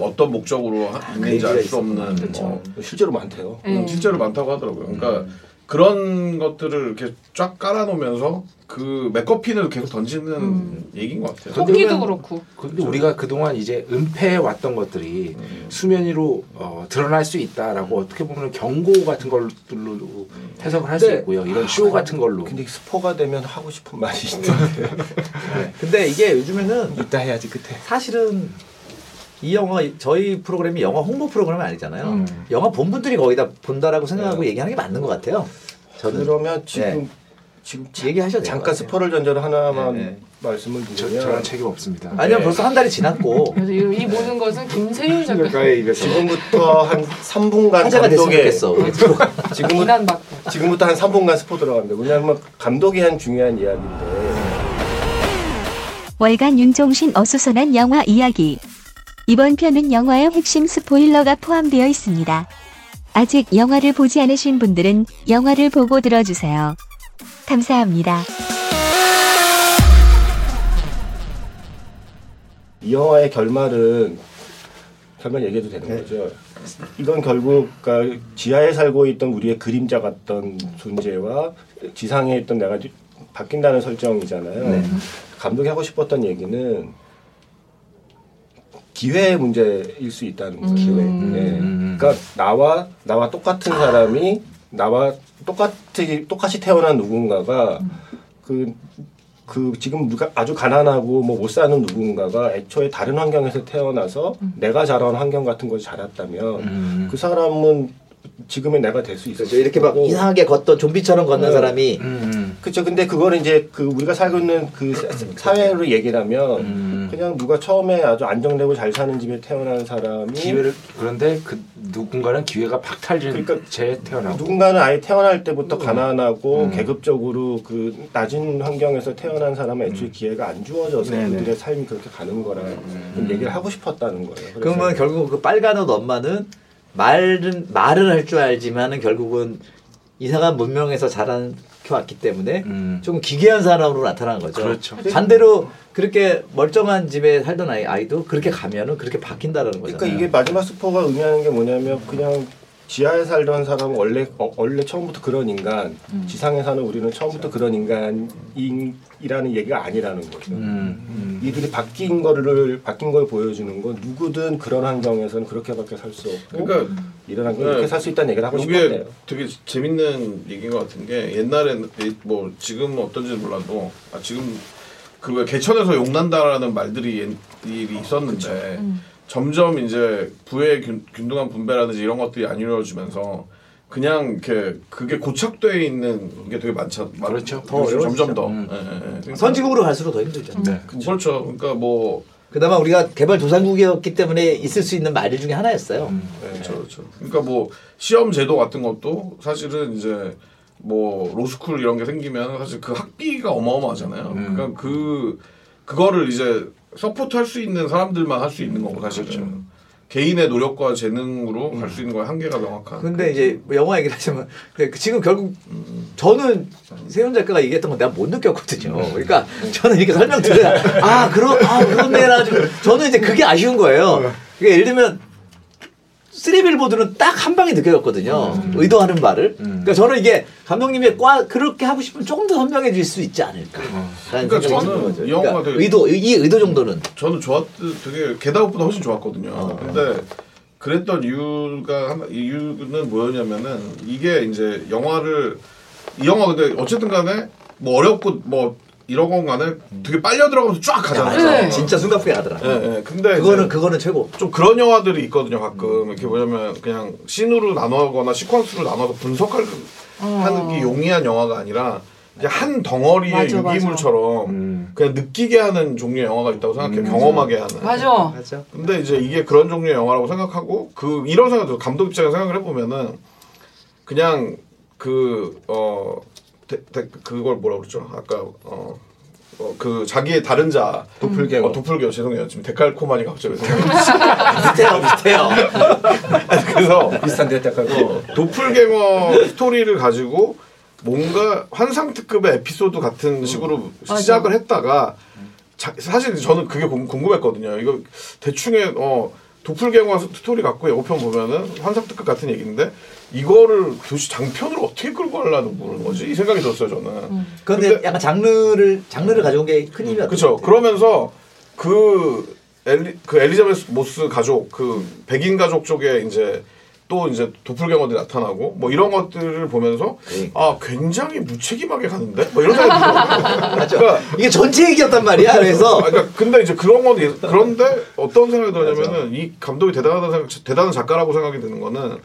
C: 어떤 목적으로 하- 있는지
A: 얘기가
C: 알 수
A: 있었구나.
C: 없는 뭐
B: 네. 실제로 많대요.
C: 음, 실제로 많다고 하더라고요. 그러니까 그런 것들을 이렇게 쫙 깔아놓으면서 그 맥커핀을 계속 던지는 얘기인 것 같아요.
D: 토끼도 그렇고
F: 근데 우리가 그동안 이제 은폐해 왔던 것들이
B: 음.
F: 수면 위로 어, 드러날 수 있다라고 어떻게 보면 경고 같은 걸로 해석을 할 수
A: 근데-
F: 있고요. 이런 쇼 같은 걸로.
B: 네. 아, 근데 스포가 되면 하고 싶은 말이 있는데
A: 네, 근데 이게 요즘에는
B: 이따 해야지 그때.
A: 사실은 이 영화 저희 프로그램이 영화 홍보 프로그램이 아니잖아요. 영화 본분들이 거기다 본다라고 생각하고 얘기하는 게 맞는 것 같아요. 저는
B: 그러면 지금
A: 네.
B: 지금
A: 얘기하셔도 돼요.
B: 잠깐 스포를 전제로 하나만
A: 네, 네.
B: 말씀을
F: 저, 저런
B: 드리면
F: 책임 없습니다.
A: 아니요
B: 네.
A: 벌써 한 달이 지났고
D: 그래서 이, 이 모든 것은 김세윤 작가
F: 작가의 입에서
B: 지금부터 한 3분간
A: 화제가 됐으면
B: 감독의
A: 좋겠어. 우리 프로.
B: 지금부터
D: 비난받고
B: 지금부터 한 3분간 스포 들어갑니다. 왜냐하면 감독이 한 중요한 이야기인데
G: 월간 윤종신 어수선한 영화 이야기. 이번 편은 영화의 핵심 스포일러가 포함되어 있습니다. 아직 영화를 보지 않으신 분들은 영화를 보고 들어주세요. 감사합니다.
B: 이 영화의 결말은 결말 얘기해도 되는 거죠. 이건 결국 그러니까 지하에 살고 있던 우리의 그림자 같던 존재와 지상에 있던 내가 지- 바뀐다는 설정이잖아요. 감독이 하고 싶었던 얘기는 기회의 문제일 수 있다는 거죠. 기회. 예. 그러니까 나와 나와 똑같은 사람이 나와 똑같이 똑같이 태어난 누군가가 그 그 지금 누가 아주 가난하고 뭐 못 사는 누군가가 애초에 다른 환경에서 태어나서
F: 음.
B: 내가 자라온 환경 같은 걸 자랐다면 그 사람은 지금의 내가 될 수 있어.
A: 그렇죠. 이렇게 막 이상하게 걷던 좀비처럼 걷는
B: 네.
A: 사람이
F: 음,
B: 그렇죠. 근데 그거는 이제 그 우리가 살고 있는 그 사- 사회로 얘기하면
F: 음.
B: 그냥 누가 처음에 아주 안정되고 잘 사는 집에 태어난 사람이
F: 기회를 그런데 그 누군가는 기회가 박탈된
B: 그러니까
F: 채 태어나고 음,
B: 누군가는 아예 태어날 때부터 가난하고 계급적으로 그 낮은 환경에서 태어난 사람은 애초에 기회가 안 주어져서
F: 음. 네네. 음.
B: 그들의 삶이 그렇게 가는 거라는 얘기를 하고 싶었다는 거예요. 그래서
A: 그러면 결국 그 빨간 옷 엄마는 말은 말은 할 줄 알지만은 결국은 이상한 문명에서 자란 켜왔기 때문에
F: 음.
A: 조금 기괴한 사람으로 나타난 거죠.
F: 그렇죠.
A: 반대로 그렇게 멀쩡한 집에 살던 아이, 아이도 그렇게 가면은 그렇게 바뀐다라는 거잖아요.
B: 그러니까 이게 마지막 스포가 의미하는 게 뭐냐면 그냥 지하에 살던 사람은 원래 어, 원래 처음부터 그런 인간, 지상에 사는 우리는 처음부터 그런 인간이라는 얘기가 아니라는 거죠.
F: 음,
B: 이들이 바뀐 거를 바뀐 걸 보여주는 건 누구든 그런 환경에서는 그렇게밖에 살 수 없고
C: 그러니까
B: 이런 환경
C: 네.
B: 이렇게 살 수 있다는 얘기를 하고
C: 이게
B: 싶었대요.
C: 되게 재밌는 얘기인 것 같은 게 옛날에 뭐 지금은 어떤지 몰라도 아 지금 그왜 개천에서 욕난다라는 말들이 옛- 일이 있었는데
F: 음.
C: 점점 이제 부의 균, 균등한 분배라든지 이런 것들이 안 이루어지면서 그냥 이렇게 그게 고착돼 있는 게 되게 많잖아.
F: 그렇죠.
C: 더 점점 더.
F: 음.
C: 예, 예, 예. 그러니까
A: 선진국으로 갈수록 더 힘들죠.
B: 음.
C: 그렇죠. 그러니까 뭐
A: 그나마 우리가 개발도상국이었기 때문에 있을 수 있는 말들 중에 하나였어요.
B: 음.
C: 그렇죠, 그렇죠. 그러니까 뭐 시험 제도 같은 것도 사실은 이제 뭐 로스쿨 이런 게 생기면 사실 그 학비가 어마어마하잖아요.
A: 음.
C: 그러니까
A: 그렇죠.
C: 그 그거를 이제 서포트할 수 있는 사람들만 할 수 있는 거고 사실은 개인의 노력과 재능으로 갈 수 있는 거의 한계가 명확한.
A: 음. 근데 이제 뭐 영화 얘기를 하지만 근데 그 지금 결국 저는 세훈 작가가 얘기했던 건 내가 못 느꼈거든요.
C: 음.
A: 그러니까 저는 이렇게 설명드려야 아 그런 아 그렇네라 좀 저는 이제 그게 아쉬운
C: 음.
A: 거예요. 그러니까 예를 들면 쓰리빌보드는 딱 한 방에 느껴졌거든요.
C: 음.
A: 의도하는 말을. 그러니까 저는 이게 감독님이 과 그렇게 하고 싶으면 조금 더 선명해 질 수 있지 않을까.
C: 그러니까 저는 이 영화가 되게-
A: 그러니까
C: 음.
A: 의도 이- 이 의도 정도는
C: 저는 좋았 되게 게다웃보다 훨씬 좋았거든요.
A: 아, 네.
C: 근데 그랬던 이유가 하나 이유는 뭐였냐면은 이게 이제 영화를 이 영화 근데 어쨌든 간에 뭐 어렵고 뭐 이런 건 간에 되게 빨려 들어가면서 쫙 가잖아요.
D: 네.
A: 진짜 순간쁘게 하더라.
C: 예, 예. 근데
A: 그거는
C: 이제
A: 그거는 최고.
C: 좀 그런 영화들이 있거든요 가끔 이렇게 뭐냐면 그냥 씬으로 나누거나 시퀀스로 나눠서 분석할 그, 하는 게 용이한 영화가 아니라 이제 한 덩어리의
D: 어. 맞아, 맞아.
C: 유기물처럼
A: 음.
C: 그냥 느끼게 하는 종류의 영화가 있다고 생각해요 경험하게 하는
D: 맞아.
A: 맞아.
C: 근데 이제 이게 그런 종류의 영화라고 생각하고 그 이런 생각도 감독 입장에서 생각을 해보면은 그냥 그어 그걸 뭐라 그러죠 아까 어. 어, 그 자기의 다른 자 음. 도플갱어 도플갱어 죄송해요 지금 데칼코마니 갑자기 생각났어요.
A: 비슷해요, 비슷해요.
C: 그래서
B: 비슷한데 약간
C: 어, 도플갱어 스토리를 가지고 뭔가 환상 특급의 에피소드 같은 식으로 시작을 했다가 자- 사실 저는 그게 궁- 궁금했거든요. 이거 대충의 어, 도플갱어 스토리 갖고 예고편 보면은 환상 특급 같은 얘기인데 이거를 도대체 장편으로 어떻게 끌고 가려는 모르는 거지 이 생각이 들었어요 저는.
A: 근데, 약간 장르를 장르를 가져온 게 큰 힘이었던
C: 그렇죠.
A: 것 같아요.
C: 그러면서 그 엘리 그 엘리자베스 모스 가족 그 백인 가족 쪽에 이제 또 이제 도플갱어들이 나타나고 뭐 이런 것들을 보면서
A: 그러니까.
C: 아 굉장히 무책임하게 가는데 뭐 이런 생각이 들어요.
A: 맞죠.
C: 그러니까,
A: 이게 전체 얘기였단 말이야.
C: 아,
A: 그래서
C: 그러니까 근데 이제 그런 건 예- 그런데 어떤 생각이 드냐면은 이 감독이 대단하다 생각 대단한 작가라고 생각이 드는 거는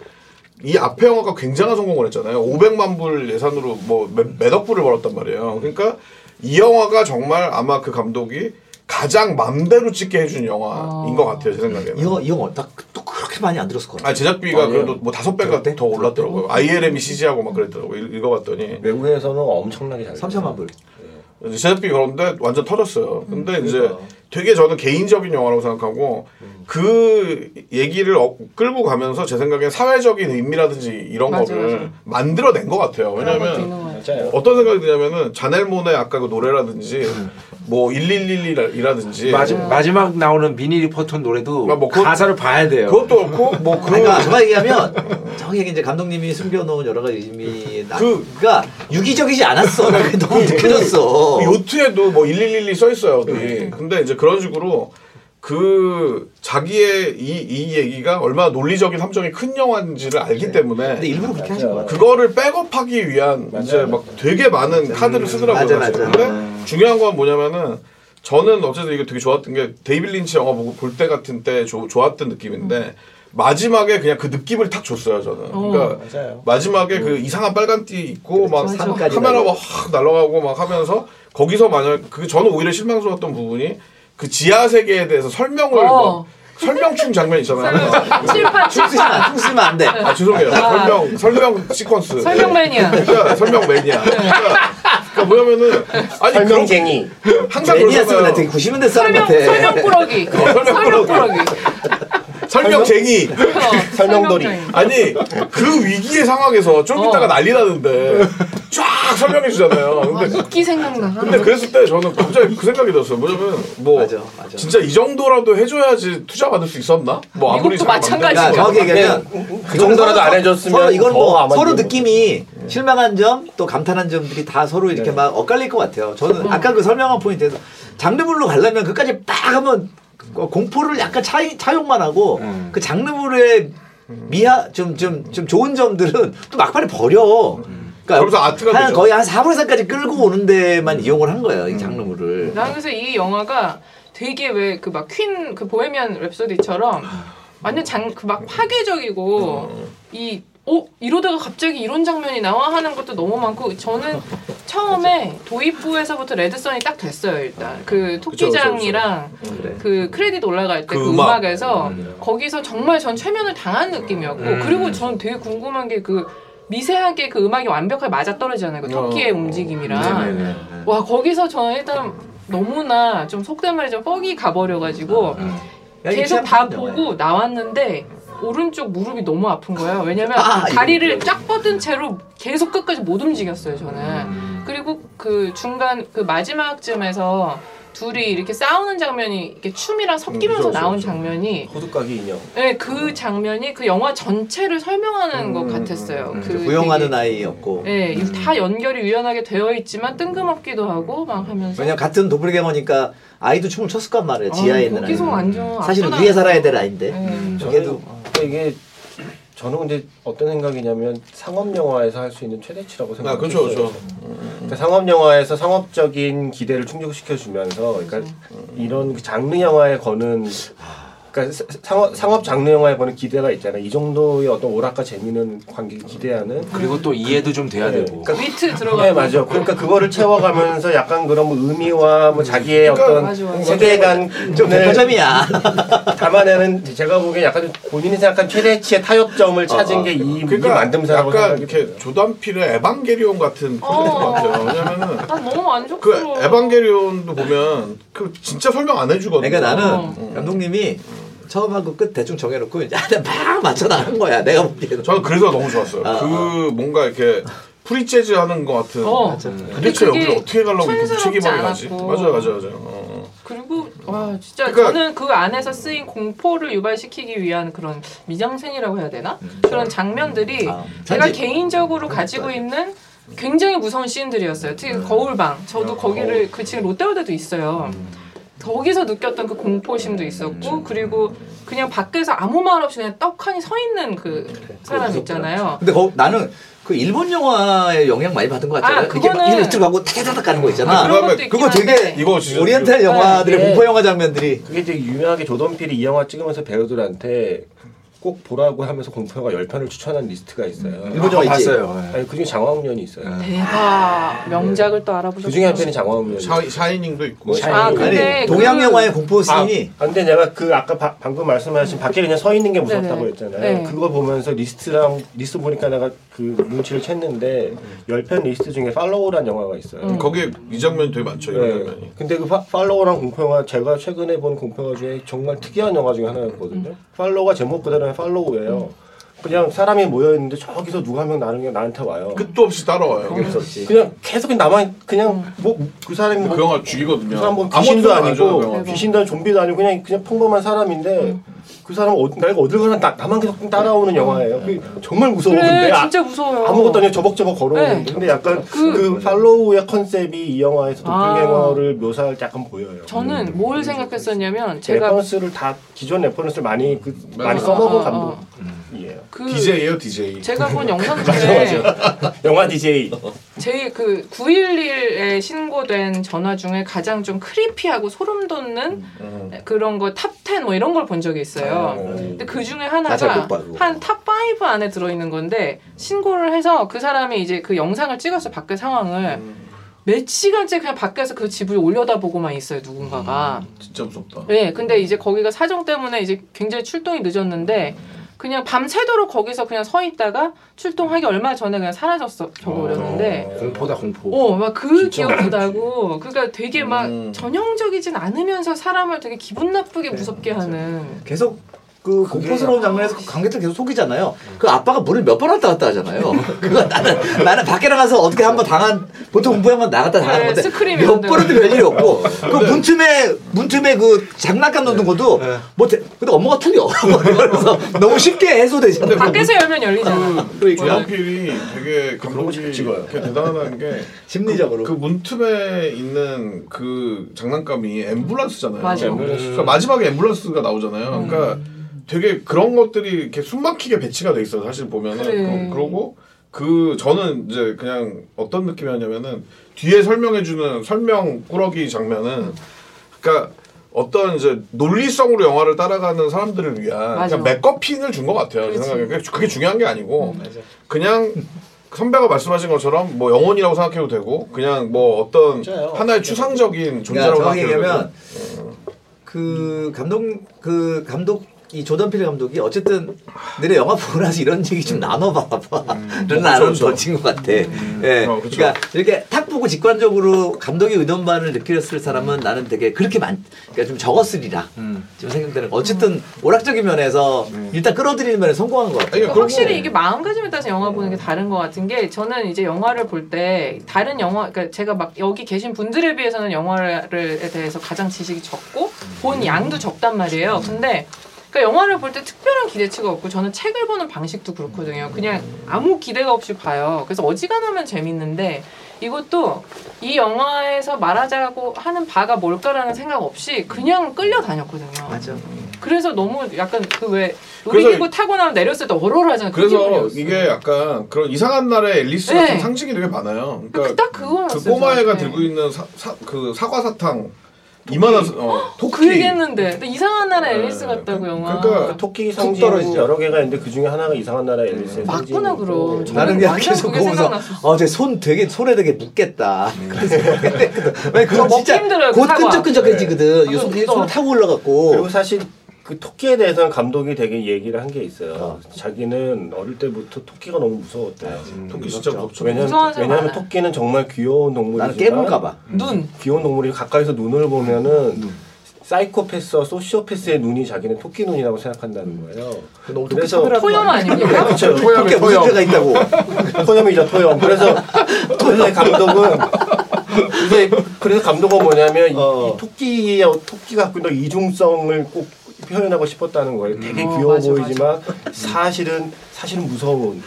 C: 이 앞에 영화가 굉장한 성공을 했잖아요. 500만 불 예산으로 뭐몇억 불을 벌었단 말이에요. 그러니까 이 영화가 정말 아마 그 감독이 가장 맘대로 찍게 해준 영화인 것 같아요, 제 생각에는.
A: 이거 이거 나또 그렇게 많이 안 들었을 것 같아.
C: 아 제작비가 그래도 뭐 다섯 배가 더 올랐더라고요. ILM이 CG하고 막 그랬더라고 요 읽어봤더니
B: 외국에서는 엄청나게
C: 아,
B: 잘.
A: 3천만
C: 그렇죠.
A: 불.
C: 이제 제작비 그런데 완전 터졌어요. 근데 이제 되게 저는 개인적인 영화라고 생각하고 그 얘기를 어- 끌고 가면요 가면서 제 생각엔 사회적인 의미라든지 이런
D: 맞아요,
C: 거를
D: 맞아요.
C: 만들어낸 것 같아요.
D: 그런 것도 있는
C: 왜냐면
D: 것 같아.
B: 진짜요.
C: 어떤 생각이 드냐면은 자넬몬의 아까 그 노래라든지 뭐
B: 예.
C: 1111이라든지
F: 마지, 마지막 나오는 미니 리포턴 노래도
C: 아, 뭐 그거-
F: 가사를 봐야 돼요.
C: 그것도 그렇고 뭐 그,
A: 그러니까 정확히 얘기하면 정확히 얘기 이제 감독님이 숨겨놓은 여러 가지 의미
C: 그
A: 나가 그러니까 유기적이지 않았어. 나 그게 너무 느껴졌어.
C: 그 요트에도 뭐 1111 써있어요. 어디. 근데 이제 그런 식으로 그 자기의 이, 이 얘기가 얼마나 논리적인 함정이 큰 영화인지를 알기 때문에
A: 근데 일부러 그렇게 하신 거야.
B: 맞아요.
C: 그거를 백업하기 위한 이제 막 되게 많은 카드를 쓰더라고요.
A: 음, 맞아,
C: 사실.
A: 맞아.
C: 근데
A: 음.
C: 중요한 건 뭐냐면은 저는 어쨌든 이게 되게 좋았던 게 데이빌 린치 영화 보고 볼 때 같은 때 조- 좋았던 느낌인데
A: 음.
C: 마지막에 그냥 그 느낌을 탁 줬어요 저는. 그러니까
B: 맞아요.
A: 음.
C: 마지막에 그 이상한 빨간 띠 입고 막
A: 맞아.
C: 카- 카메라 막확 날아가고 막 하면서 거기서 만약 그 저는 오히려 실망스러웠던 부분이 그 지하 세계에 대해서 설명을
D: 어.
C: 막 설명충 장면 있잖아요.
D: 칠판
A: 충실만 충실만 안 돼.
C: 아 죄송해요.
D: 아.
C: 설명 설명 시퀀스.
D: 설명 매니아.
C: 그러니까 설명 매니아.
D: 네.
C: 그러니까, 그러니까 뭐냐면은 아니
B: 설명쟁이.
C: 그런- 항상
A: 매니아스면
C: 그러잖아요.
A: 나 되게 90년대 사람
D: 설명
A: 같아.
D: 설명 꾸러기. 네. 어, 설명 꾸러기.
C: 설명쟁이.
D: 어,
B: 설명돌이.
D: 설명쟁이.
C: 아니 그 위기의 상황에서 좀
D: 어.
C: 이따가 난리 나는데 쫙 설명해 주잖아요.
D: 아,
C: 근데
D: 웃기 생각나.
C: 근데 그랬을 때 저는 갑자기 그 생각이 들었어요. 뭐냐면 뭐
A: 맞아, 맞아.
C: 진짜 이 정도라도 해줘야지 투자 받을 수 있었나? 뭐 아무리
D: 미국도
C: 잘 만들어도.
A: 그러니까
D: 마찬가지야.
A: 정확히 얘기하면
B: 그 정도라도 안 해줬으면
A: 서로 이건
B: 더
A: 뭐
B: 아마 예.
A: 서로
B: 이런
A: 느낌이 실망한 점 또 감탄한 점들이 다 서로
B: 네.
A: 이렇게 막 엇갈릴 것 같아요.
D: 음.
A: 저는 아까 그 설명한 포인트에서 장르물로 가려면 그까지 빡 하면 어, 공포를 약간 차이, 차용만 하고
B: 음.
A: 그 장르물의 미하 좀 좀 좀 좋은 점들은 또 막판에 버려. 그러니까
C: 그러면서 아트가
A: 한
C: 되죠.
A: 거의 한 4분의 3까지 끌고 오는
B: 음.
A: 데만 이용을 한 거예요. 이 장르물을.
D: 난 그래서 이 영화가 되게 왜 그 막 퀸 그 보헤미안 랩소디처럼 완전 장 그 막 파괴적이고 이 어? 이러다가 갑자기 이런 장면이 나와 하는 것도 너무 많고 저는 처음에 도입부에서부터 레드선이 딱 됐어요 일단 그 토끼장이랑
A: 그래.
D: 그 크레딧 올라갈 때 그
C: 그 음악.
D: 음악에서 네. 음. 거기서 정말 전 최면을 당한 느낌이었고 그리고 전 되게 궁금한 게 그 미세하게 그 음악이 완벽하게 맞아떨어지잖아요 네, 그 토끼의
F: 네,
D: 움직임이랑
B: 아.
D: 와 거기서 저는 일단 너무나 좀 속된 말이 좀 뻑이 가버려가지고
A: 아, 이게
D: 계속
A: 참
D: 다
A: 영화예요.
D: 보고 나왔는데 오른쪽 무릎이 너무 아픈 거예요. 왜냐면
A: 아,
D: 다리를
A: 이거.
D: 쫙 뻗은 채로 계속 끝까지 못 움직였어요. 저는.
A: 음.
D: 그리고 그 중간 그 마지막쯤에서 둘이 이렇게 싸우는 장면이 이렇게 춤이랑 섞이면서
B: 음, 그죠,
D: 나온
B: 그죠.
D: 장면이
B: 호두까기 인형.
D: 네, 그 장면이 그 영화 전체를 설명하는 것
B: 음,
D: 같았어요.
F: 음,
D: 그
A: 무용하는
D: 되게-
A: 아이였고
D: 네, 이다 연결이 유연하게 되어 있지만 뜬금없기도 하고 막 하면서
A: 왜냐면 같은 도플갱어니까 아이도 춤을 췄을 건 말이에요. 지하에 있는 아이.
D: 그 거기서 완전
A: 사실은
D: 압도당했어요.
A: 위에 살아야 될 아이인데. 음,
D: 네.
A: 그게도
B: 근데 어. 그러니까 이게 저는 근데 어떤 생각이냐면 상업 영화에서 할 수 있는 최대치라고
C: 아,
B: 생각해요.
C: 그렇죠, 그렇죠.
B: 그러니까 상업 영화에서 상업적인 기대를 충족시켜 주면서 그러니까
D: 그렇죠.
B: 이런 그 장르 영화에 거는 그러니까 사- 상업 상업 장르 영화에 거는 기대가 있잖아요. 이 정도의 어떤 오락과 재미는 관객이 기대하는
F: 그리고 또 이해도 좀 돼야
B: 네,
F: 되고.
B: 그러니까
D: 위트
B: 네
D: 들어가고
B: 맞아. 그러니까 그거를 채워가면서 약간 그런 뭐 의미와
C: 음.
B: 뭐 자기의
C: 그러니까
D: 맞아,
B: 어떤
D: 맞아.
B: 세계관
A: 좀 백화점이야.
B: 담아내는 제가 보기엔 약간 본인이 생각한 최대치의 타협점을 찾은 게 이
C: 그러니까
B: 만듦새라고
C: 약간
B: 생각이
C: 이렇게
B: 들어요.
C: 조단필의 에반게리온 같은
D: 어.
C: 컨셉인 것 같아요. 왜냐면은
D: 난 너무 안
C: 그
D: 좋고
C: 에반게리온도 보면 그 진짜 설명 안 해주거든.
A: 그러니까
D: 어.
A: 나는 감독님이 처음하고 끝 대충 정해놓고 이제 막 맞춰 나간 거야. 내가 보기에는.
C: 저는 그래서 너무 좋았어요.
A: 아,
C: 그 뭔가 이렇게 프리 재즈 하는 것 같은.
D: 어.
C: 도대체
D: 근데 그게
C: 여기를 어떻게 가려고 이렇게
D: 촌스럽지
C: 무책임하게 가지?
D: 않았고.
C: 맞아요, 맞아요, 맞아요. 어, 어.
D: 그리고 와 진짜
C: 그러니까-
D: 저는 그 안에서 쓰인 공포를 유발시키기 위한 그런 미장센이라고 해야 되나 그런 장면들이
A: 아,
D: 제가
A: 편집.
D: 개인적으로 가지고 있는 굉장히 무서운 씬들이었어요. 특히 거울방 저도 거기를 그 지금 롯데월드도 있어요. 거기서 느꼈던 그 공포심도 있었고 그리고 그냥 밖에서 아무 말 없이 그냥 떡하니 서 있는 그 사람
A: 무섭더라.
D: 있잖아요.
A: 근데 거, 나는 그 일본 영화의 영향 많이 받은 것 같잖아요.
D: 아, 그거는-
A: 이게 밑으로 가고 타다닥 가는 거 있잖아.
C: 아, 그런 것도
D: 있긴
A: 그거 되게
D: 한데.
C: 이거 진짜
A: 오리엔탈 영화들의
B: 네.
A: 공포 영화 장면들이
B: 그게 되게 유명하게 조던필이 이 영화 찍으면서 배우들한테 꼭 보라고 하면서 공포영화 10편을 추천한 리스트가 있어요.
A: 일본 영화 있지.
F: 음. 봤어요. 예.
B: 아니 그중에 장화홍련이 있어요.
D: 대박 명작을 또 알아보셨어요.
B: 그중에 한 편이 장화홍련이
C: 샤, 샤이닝도 있고.
B: 뭐
D: 아
B: 아니,
D: 근데
A: 아니 동양
D: 그-
A: 영화의 공포 씬이
B: 아, 근데 내가 그 아까 바- 방금 말씀하신 밖에 그냥 서 있는 게 무섭다고
D: 네네.
B: 했잖아요.
D: 네.
B: 그거 보면서 리스트랑 리스트 보니까 내가 그 눈치를 챘는데 열 10편 리스트 중에 팔로우란 영화가 있어요.
D: 음.
C: 거기에 이 장면 되게 많죠, 이런
B: 네.
C: 장면이.
B: 근데 그 파- 팔로우랑 공포영화 제가 최근에 본 공포영화 중에 정말 특이한 영화 중에 하나였거든요.
D: 음.
B: 팔로우가 제목 그대로 팔로우예요. 그냥 사람이 모여 있는데 저기서 누가 한 명 나는 게 나한테 와요.
C: 끝도 없이 따라와요.
A: 없지.
B: 그냥 계속 나만
D: 음.
B: 그냥 뭐 그 사람이
C: 근데
B: 뭐
C: 그 영화 죽이거든요.
B: 그 사람 뭐
C: 아무것도
B: 귀신도
C: 안 하잖아요, 그
B: 아니고
C: 영화.
D: 대박.
B: 귀신도 아니고 좀비도 아니고 그냥 그냥 평범한 사람인데 그 사람 어, 나 이거 어딜 가나 나, 나만 계속 따라오는 영화예요. 그게 정말 무서워
D: 그래
B: 근데 아,
D: 진짜 무서워요.
B: 아무것도 아니고 저벅저벅 걸어오는데
D: 네.
B: 근데 약간
D: 그-
B: 그, 팔로우의 컨셉이 이 영화에서
D: 아.
B: 도플갱어를 묘사할 때 약간 보여요. 네,
D: 저는 뭘 생각했었냐면 제가
B: 레퍼런스를 다 기존 레퍼런스를 많이 그, 음. 많이
C: 맞아.
B: 써먹은
D: 어, 어, 어.
B: 감독이에요.
D: 그
C: DJ예요, DJ.
D: 제가 본 영상 중에
B: 영화 DJ
D: 제일 그 911에 신고된 전화 중에 가장 좀 크리피하고 소름 돋는
C: 음.
D: 그런 거 탑 10 뭐 이런 걸 본 적이
B: 아,
D: 있어요.
B: 음.
D: 근데 그 중에 하나가
A: 못 봐, 그거.
D: 한 탑 5 안에 들어 있는 건데 신고를 해서 그 사람이 이제 그 영상을 찍었어 밖에 상황을 몇 시간째 그냥 밖에서 그 집을 올려다보고만 있어요 누군가가.
C: 진짜 무섭다.
D: 네, 근데 이제 거기가 사정 때문에 이제 굉장히 출동이 늦었는데 그냥 밤새도록 거기서 그냥 서 있다가 출동하기 얼마 전에 그냥 사라졌어 버렸는데
B: 네.
F: 공포다 공포.
D: 어, 막 그
F: 진짜
D: 기억도 나고 그러니까 되게 막
C: 음.
D: 전형적이진 않으면서 사람을 되게 기분 나쁘게 무섭게 하는
A: 계속 그
B: 그게
A: 공포스러운 장면에서 그 관객들 계속 속이잖아요. 그 아빠가 문을 몇 번 왔다 갔다 하잖아요. 그거 나는 나는 밖에 나가서 어떻게 한번 당한 보통 공포 영화 나갔다 당한
D: 네,
A: 건데
D: 스크림이
A: 몇
D: 근데
A: 번에도 별일이 없고 그 문틈에 문틈에 그 장난감 놓는 것도 뭐 대- 근데 엄마가 틀려. 그래서 너무 쉽게 해소되잖아.
D: 밖에서 열면 열리잖아.
A: 그러니까
C: 조연필이 되게 감독이
B: 잘 찍어요.
C: 되게 대단하다는 게
A: 심리적으로.
C: 그 문틈에 있는 그 장난감이 앰뷸런스잖아요.
D: 맞아.
C: 그러니까 마지막에 앰뷸런스가 나오잖아요.
D: 음.
C: 그러니까 되게 그런 것들이 이렇게 숨막히게 배치가 돼 있어요. 사실 보면은
D: 그래.
C: 그, 그러고 그 저는 이제 그냥 어떤 느낌이었냐면은 뒤에 설명해주는 설명 꾸러기 장면은 그러니까 어떤 이제 논리성으로 영화를 따라가는 사람들을 위한
D: 맞아.
C: 그냥 맥거핀을 준 것 같아요. 제
D: 그렇지. 음,
C: 생각에 그게 주- 그게 중요한 게 아니고 그냥 선배가 말씀하신 것처럼 뭐 영혼이라고 생각해도 되고 그냥 뭐 어떤
B: 맞아요. 그러니까
C: 하나의 추상적인 존재라고
A: 그러니까 정확히
C: 생각해도 되고
A: 얘기하면 그 감독 그 감독 이 조던필 감독이 어쨌든 너네 영화 보고 나서 이런 얘기 좀 나눠봐봐라는 나름
C: 음. 뭐 그렇죠.
A: 던진 것 같아. 예,
C: 어,
A: 그
C: 그렇죠.
A: 러니까 이렇게 탁 보고 직관적으로 감독의 의도만을 느꼈을 사람은 나는 되게 그렇게 많, 그러니까 좀 적었으리라
B: 음.
A: 지금 생각되는. 거.
D: 음.
A: 어쨌든 오락적인 면에서 일단 끌어들이는 면에 성공한 것 같아요.
C: 네. 아니, 그러니까 그럼-
D: 그러니까 확실히 이게 마음가짐에 따라서 영화 보는 게 다른 것 같은 게 저는 이제 영화를 볼 때 다른 영화 그러니까 제가 막 여기 계신 분들에 비해서는 영화를에 대해서 가장 지식이 적고 본 양도 적단 말이에요. 근데 그러니까 영화를 볼 때 특별한 기대치가 없고 저는 책을 보는 방식도 그렇거든요. 그냥 아무 기대가 없이 봐요. 그래서 어지간하면 재밌는데 이것도 이 영화에서 말하자고 하는 바가 뭘까라는 생각 없이 그냥 끌려다녔거든요.
A: 맞아.
D: 그래서 너무 약간 그 왜
C: 그래서
D: 놀이기구 타고 나면 내렸을 때 얼얼하잖아. 그 기분이
C: 그래서
D: 없어.
C: 이게 약간 그런 이상한 날의 앨리스 같은
D: 네.
C: 상징이 되게 많아요.
D: 그
C: 그러니까
D: 딱 그거였어요.
C: 그 꼬마애가
D: 저한테.
C: 들고 있는 사, 사, 그 사과 사탕 이만한 사- 어, 토끼
D: 그 얘기했는데 근데 이상한 나라 앨리스
C: 네.
D: 같다고 영화.
C: 그러니까
B: 토끼
A: 툭
B: 성지
A: 떨어지죠.
B: 여러 개가 있는데 그 중에 하나가 이상한 나라 앨리스의 네.
D: 맞구나,
B: 성지고.
D: 그럼. 저는
A: 나는 그냥
D: 완전
A: 계속
D: 그게
A: 보면서 아,
D: 생각났었어.
A: 어제손 되게 손에 되게 묻겠다. 그래서 왜 그거
D: 먹기
A: 진짜
D: 힘들어요, 그
A: 곧
D: 사과.
A: 끈적끈적해지거든.
D: 네.
A: 이 손, 이
D: 그거.
A: 손 타고 올라갔고.
B: 그리고 사실 그 토끼에 대해서는 감독이 되게 얘기를 한 게 있어요.
A: 아.
B: 자기는 어릴 때부터 토끼가 너무 무서웠대요.
A: 음.
C: 토끼 진짜 무섭죠.
B: 왜냐면
D: 무서워하는 사람
B: 왜냐면
D: 많아요.
B: 토끼는 정말 귀여운 동물이지만
A: 나는 깨물까봐. 음.
D: 눈.
B: 귀여운 동물이 가까이서 눈을 보면은 사이코패스와 소시오패스의 눈이 자기는 토끼 눈이라고
A: 음.
B: 생각한다는 거예요.
A: 너무
B: 그래서-
A: 토끼
D: 토염
C: 그러니까
D: 아닙니까?
B: 그렇죠.
A: 토끼 무슨 죄가 있다고.
B: 토염이죠 토염. 그래서 그래서 이 감독은 근데 그래서 감독은 뭐냐면 이-
A: 어.
B: 이 토끼의 토끼가 갖고 있는 이중성을 꼭 표현하고 싶었다는 거예요. 되게
D: 어,
B: 귀여워
D: 맞아, 음.
B: 보이지만 사실은 사실은 무서운.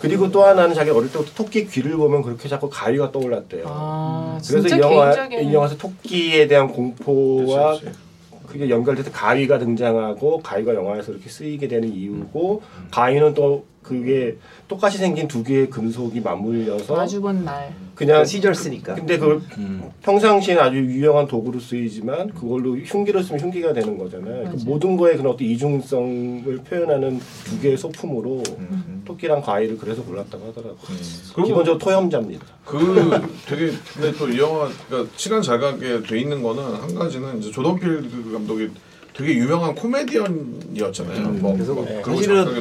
B: 그리고 또 하나는 자기 어릴 때부터 토끼 귀를 보면 그렇게 자꾸 가위가 떠올랐대요.
D: 아
B: 그래서
D: 진짜
B: 이 영화
D: 개인적인.
B: 이 영화에서 토끼에 대한 공포와
C: 그렇죠, 그렇지, 그렇지.
B: 그게 연결돼서 가위가 등장하고 가위가 영화에서 이렇게 쓰이게 되는 이유고 가위는 또 그게 똑같이 생긴 두 개의 금속이 맞물려서
D: 마주본 날.
C: 그렇죠.
B: 그냥
A: 시절 쓰니까.
B: 근데 그걸
C: 음.
B: 평상시에는 아주 유용한 도구로 쓰이지만 그걸로 흉기로 쓰면 흉기가 되는 거잖아요. 그
D: 맞아요.
B: 모든 거에 그런 어떤 이중성을 표현하는 두 개의 소품으로
C: 음.
B: 토끼랑 가위를 그래서 골랐다고 하더라고요.
C: 그리고-
B: 기본적으로 토염자입니다.
C: 그 되게 근데 또 이 영화 그러니까 시간 잘 가게 돼 있는 거는 한 가지는 이제 조던필 그 감독이 되게 유명한 코미디언이었잖아요. 뭐,
A: 그래서
C: 뭐 그런 작가기도 하고. 그러니까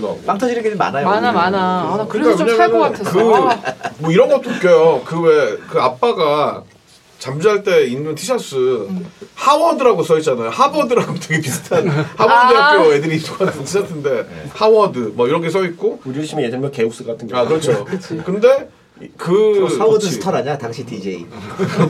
A: 사실은 빵 터지는 게 많아요.
D: 많아
B: 음.
D: 많아. 아, 나 그래서 좀 살 것
C: 왜냐면은
D: 같았어. 아,
C: 그, 뭐 이런 것도 웃겨요. 그 왜 그 아빠가 잠잘 때 입는 티셔츠 하워드라고 써 있잖아요. 하버드라고 되게 비슷한 하버드대학교 애들이 입고 가는 티셔츠인데 하워드 뭐 이런 게 써 있고
B: 우리 심에 예전에 개우스 같은 게
C: 아 그렇죠. 근데 그
A: 하워드
C: 그렇지.
A: 스터라냐 당시 DJ.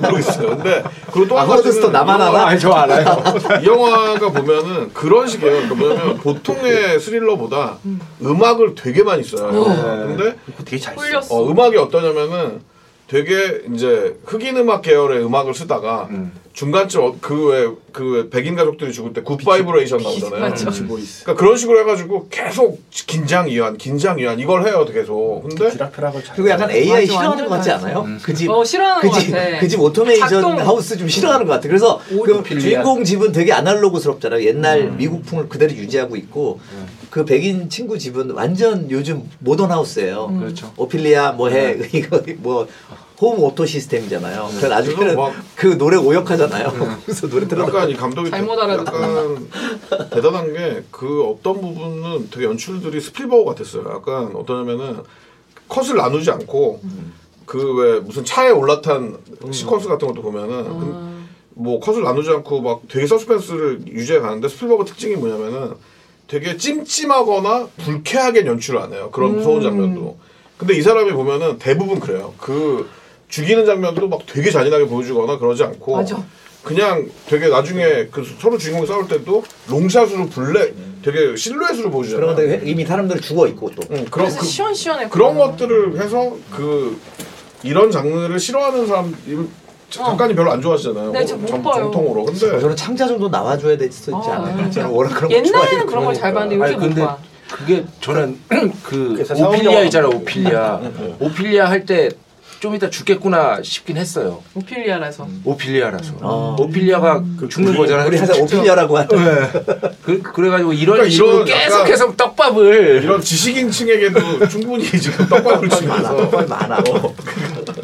C: 모르겠어요. 근데 그리고 또
A: 아, 하워드 스터 나만 알아?
F: 아니 저 알아요.
C: 이 영화가 보면은 그런 식이에요. 그러니까 뭐냐면 보통의 스릴러보다 음악을 되게 많이 써요.
D: 어.
C: 근데
B: 되게 잘 써.
D: 홀렸어.
C: 어, 음악이 어떠냐면은 되게 이제 흑인 음악 계열의 음악을 쓰다가 중간쯤 어, 그왜그 백인 가족들이 죽을 때 굿바이브레이션 나오잖아요.
D: 맞아.
C: 그러니까 그런 식으로 해가지고 계속 긴장 이완, 긴장 이완 이걸 해요 계속. 근데
A: 음.
B: 지락펴락을 잘.
A: 그리고 약간
B: 써요.
A: AI
D: 완전
A: 싫어하는 것 같지
D: 완전
A: 않아요? 그 집.
D: 어, 싫어하는
A: 그
D: 것
A: 집,
D: 같아.
A: 그 집 오토메이션
D: 작동.
A: 하우스 좀 싫어하는 것 같아. 그래서 그
B: 오토필리아.
A: 주인공 집은 되게 아날로그스럽잖아요. 옛날 미국풍을 그대로 유지하고 있고 그 백인 친구 집은 완전 요즘 모던 하우스예요.
D: 음.
F: 그렇죠.
A: 오피리아 뭐해 이거 뭐. 홈 오토 시스템이잖아요. 그래서 나중에는
C: 막-
A: 그 노래 오역하잖아요. 그래서 노래 틀어.
C: 약간 이 감독이
D: 잘못
C: 되-
D: 알아듣고.
C: 약간 대단한 게 그 어떤 부분은 되게 연출들이 스필버그 같았어요. 약간 어떠냐면은 컷을 나누지 않고 그 왜 무슨 차에 올라탄 시퀀스 같은 것도
D: 아.
C: 보면은 근- 뭐 컷을 나누지 않고 막 되게 서스펜스를 유지해 가는데 스필버그 특징이 뭐냐면은 되게 찜찜하거나 불쾌하게 연출을 안 해요.
D: 음.
C: 그런 무서운 장면도. 근데 이 사람이 보면은 대부분 그래요. 그 죽이는 장면도 막 되게 잔인하게 보여주거나 그러지 않고
D: 맞아.
C: 그냥 되게 나중에 그 서로 주인공이 싸울 때도 롱샷으로 블랙 되게 실루엣으로 보여주잖아요.
A: 그런 건데 이미 사람들은 죽어 있고 또.
C: 응, 그런
D: 그래서
C: 그,
D: 시원시원해.
C: 그런 것들을 해서 그 이런 장르를 싫어하는 사람 이- 자- 작가님 별로 안 좋아하시잖아요.
D: 네, 저못 봐요.
C: 정통으로.
A: 어,
C: 근데
A: 저는 창자 정도 나와줘야 되지 않아요
D: 아,
A: 저는 워낙 그런 거
D: 옛날에는
A: 좋아해요.
D: 그런 걸 잘
C: 그러니까.
D: 봤는데
F: 아니
D: 요즘 못
F: 근데
D: 봐.
F: 그게 저는 그
B: 그래서
F: 오피리아
B: 상업영화 음,
F: 있잖아 오피리아 오피리아 할 때 좀 이따 죽겠구나 싶긴 했어요
D: 오피리아라서.
A: 음.
F: 오피리아라서
A: 아.
F: 오피리아가
B: 그
F: 죽는 거잖아요
A: 우리 항상 오피리아라고 하는.
F: 그, 그래가지고 이런
C: 그러니까
F: 식으로
C: 이런 약간-
F: 계속해서 떡밥을
C: 이런 지식인층에게도 충분히 지금 떡밥을
A: 많아. 어. 그러니까
C: 주면서
A: 떡밥이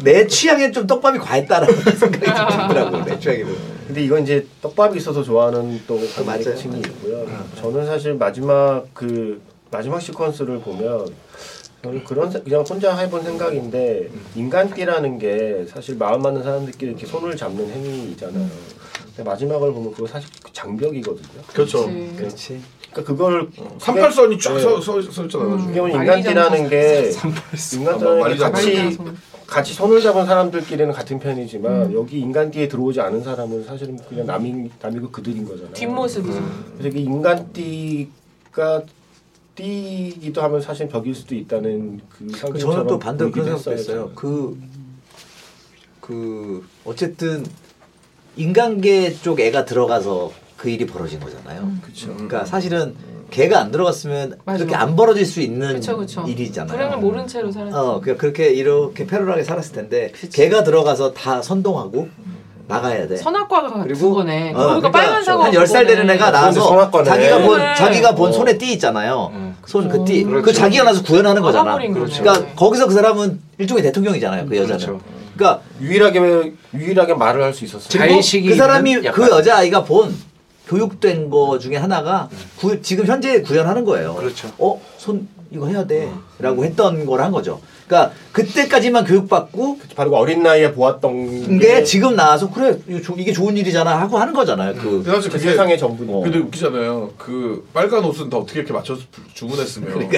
A: 많아. 내 취향에 좀 떡밥이 과했다라는 생각이 좀 들더라고. 내 취향에는.
B: 근데 이건 이제 떡밥이 있어서 좋아하는 또
A: 맞아요,
B: 관객층이
A: 맞아요.
B: 있고요.
C: 네.
B: 저는 사실 마지막 그 마지막 시퀀스를 보면 저는 그런 세- 그냥 혼자 해본 생각인데
C: 음.
B: 인간끼라는 게 사실 마음 맞는 사람들끼리 이렇게 손을 잡는 행위잖아요. 근데 마지막을 보면 그거 사실 장벽이거든요.
C: 그렇죠.
A: 그렇지.
B: 그러니까 그걸
C: 삼팔선이 쫙
B: 네.
C: 서, 서, 서
D: 음.
C: 있잖아요.
B: 그게
C: 나중에.
B: 보면
A: 음.
B: 인간끼라는 게
C: 아,
B: 인간들은
C: 말리자,
B: 같이
D: 말리자.
B: 같이 손을 잡은 사람들끼리는 같은 편이지만
A: 음.
B: 여기 인간띠에 들어오지 않은 사람은 사실은 그냥 남이 남이고 그들인 거잖아요.
D: 뒷모습이죠.
A: 음.
B: 그래서 이 인간띠가 띠기도 하면 사실 벽일 수도 있다는 그
D: 아,
A: 그
B: 상징처럼
A: 저는 또 반대로
B: 보이기도
A: 그런 생각도 했어요.
B: 저는.
A: 그, 그, 어쨌든, 인간계 쪽 애가 들어가서 그 일이 벌어진 거잖아요. 그러니까 사실은 걔가 안 들어갔으면
D: 음. 맞아.
A: 그렇게 안 벌어질 수 있는
D: 그렇죠, 그렇죠.
A: 음, 일이잖아요.
D: 불행을 모른 채로 살았죠.
A: 어, 그러니까 그렇게 이렇게 패러하게 살았을 텐데 걔가 들어가서 다 선동하고 나가야 돼.
D: 선악과가 같은 거네.
A: 어,
D: 아, 그러니까, 빨간 사과
A: 한 10살 되는 애가 나와서
F: 선악과네. 어.
A: 자기가 본
D: 그래.
A: 자기가 본 손에 띠 있잖아요. 손 그 띠. 그
F: 그렇죠.
A: 자기가 나서 구현하는 거잖아.
D: 막아버린 거네.
A: 그러니까 거기서 그 사람은 일종의 대통령이잖아요. 그 여자는.
F: 그렇죠.
A: 그러니까
B: 유일하게 유일하게 말을 할 수 있었어요.
F: 자의식이
A: 그 사람이
F: 있는
A: 그
F: 약간-
A: 여자 아이가 본 교육된 거 중에 하나가 구- 지금 현재 구현하는 거예요.
F: 그렇죠. 어.
A: 어, 손 이거 해야 돼라고 했던 걸 한 거죠. 그러니까 그때까지만 교육받고
B: 바로 그 어린 나이에 보았던
F: 네.
A: 근데 지금 나와서 그래 이거 조- 이게 좋은 일이잖아 하고 하는 거잖아요. 그
F: 음.
C: 근데 사실
B: 그
C: 그게
B: 세상의 전부.
A: 어.
C: 근데 웃기잖아요. 그 빨간 옷은 다 어떻게 이렇게 맞춰서 부- 주문했으면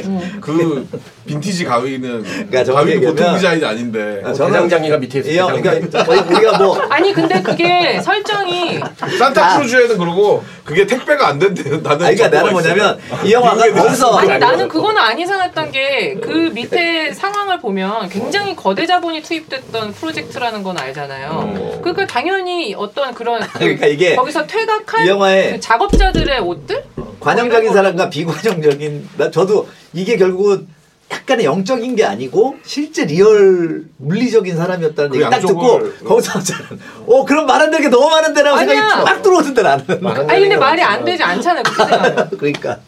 C: 그
D: 음.
C: 빈티지 가위는
A: 그러니까 정확히
C: 가위는 보통
A: 얘기하면-
C: 디자인이 아닌데
A: 아, 저는-
B: 그 대장장이가 밑에
A: 이 형,
B: 있어요.
A: 그러니까 저희- 우리가 뭐
D: 아니 근데 그게 설정이
C: 산타크루즈에는 그러고 그게 택배가 안 된대요. 나는
A: 아니,
C: 정보가
A: 그러니까 나는 뭐냐면 이 영화가 거기서
D: 아니 나는 그거는 안 이상했던 게 그 밑에 상황을 보면 굉장히 거대 자본이 투입됐던 프로젝트라는 건 알잖아요. 그러니까 당연히 어떤 그런 그
A: 음. 그러니까 이게
D: 거기서 퇴각한
A: 이 영화에
D: 그 작업자들의 옷들
A: 관용적인 사람과 비관용적인 나 저도 이게 결국은 약간의 영적인 게 아니고 실제 리얼 물리적인 사람이었다는
C: 그
A: 얘기 딱 듣고
C: 양쪽을-
A: 거기서 저는 어 그럼 말 안 되게 너무 말 안 되라고
D: 아니야.
A: 생각이 딱 들어오던데 나는
B: 많은
D: 아니 근데
B: 얘기가
D: 말이
B: 많지만.
D: 안 되지 않잖아요. 그 생각은.
A: 그러니까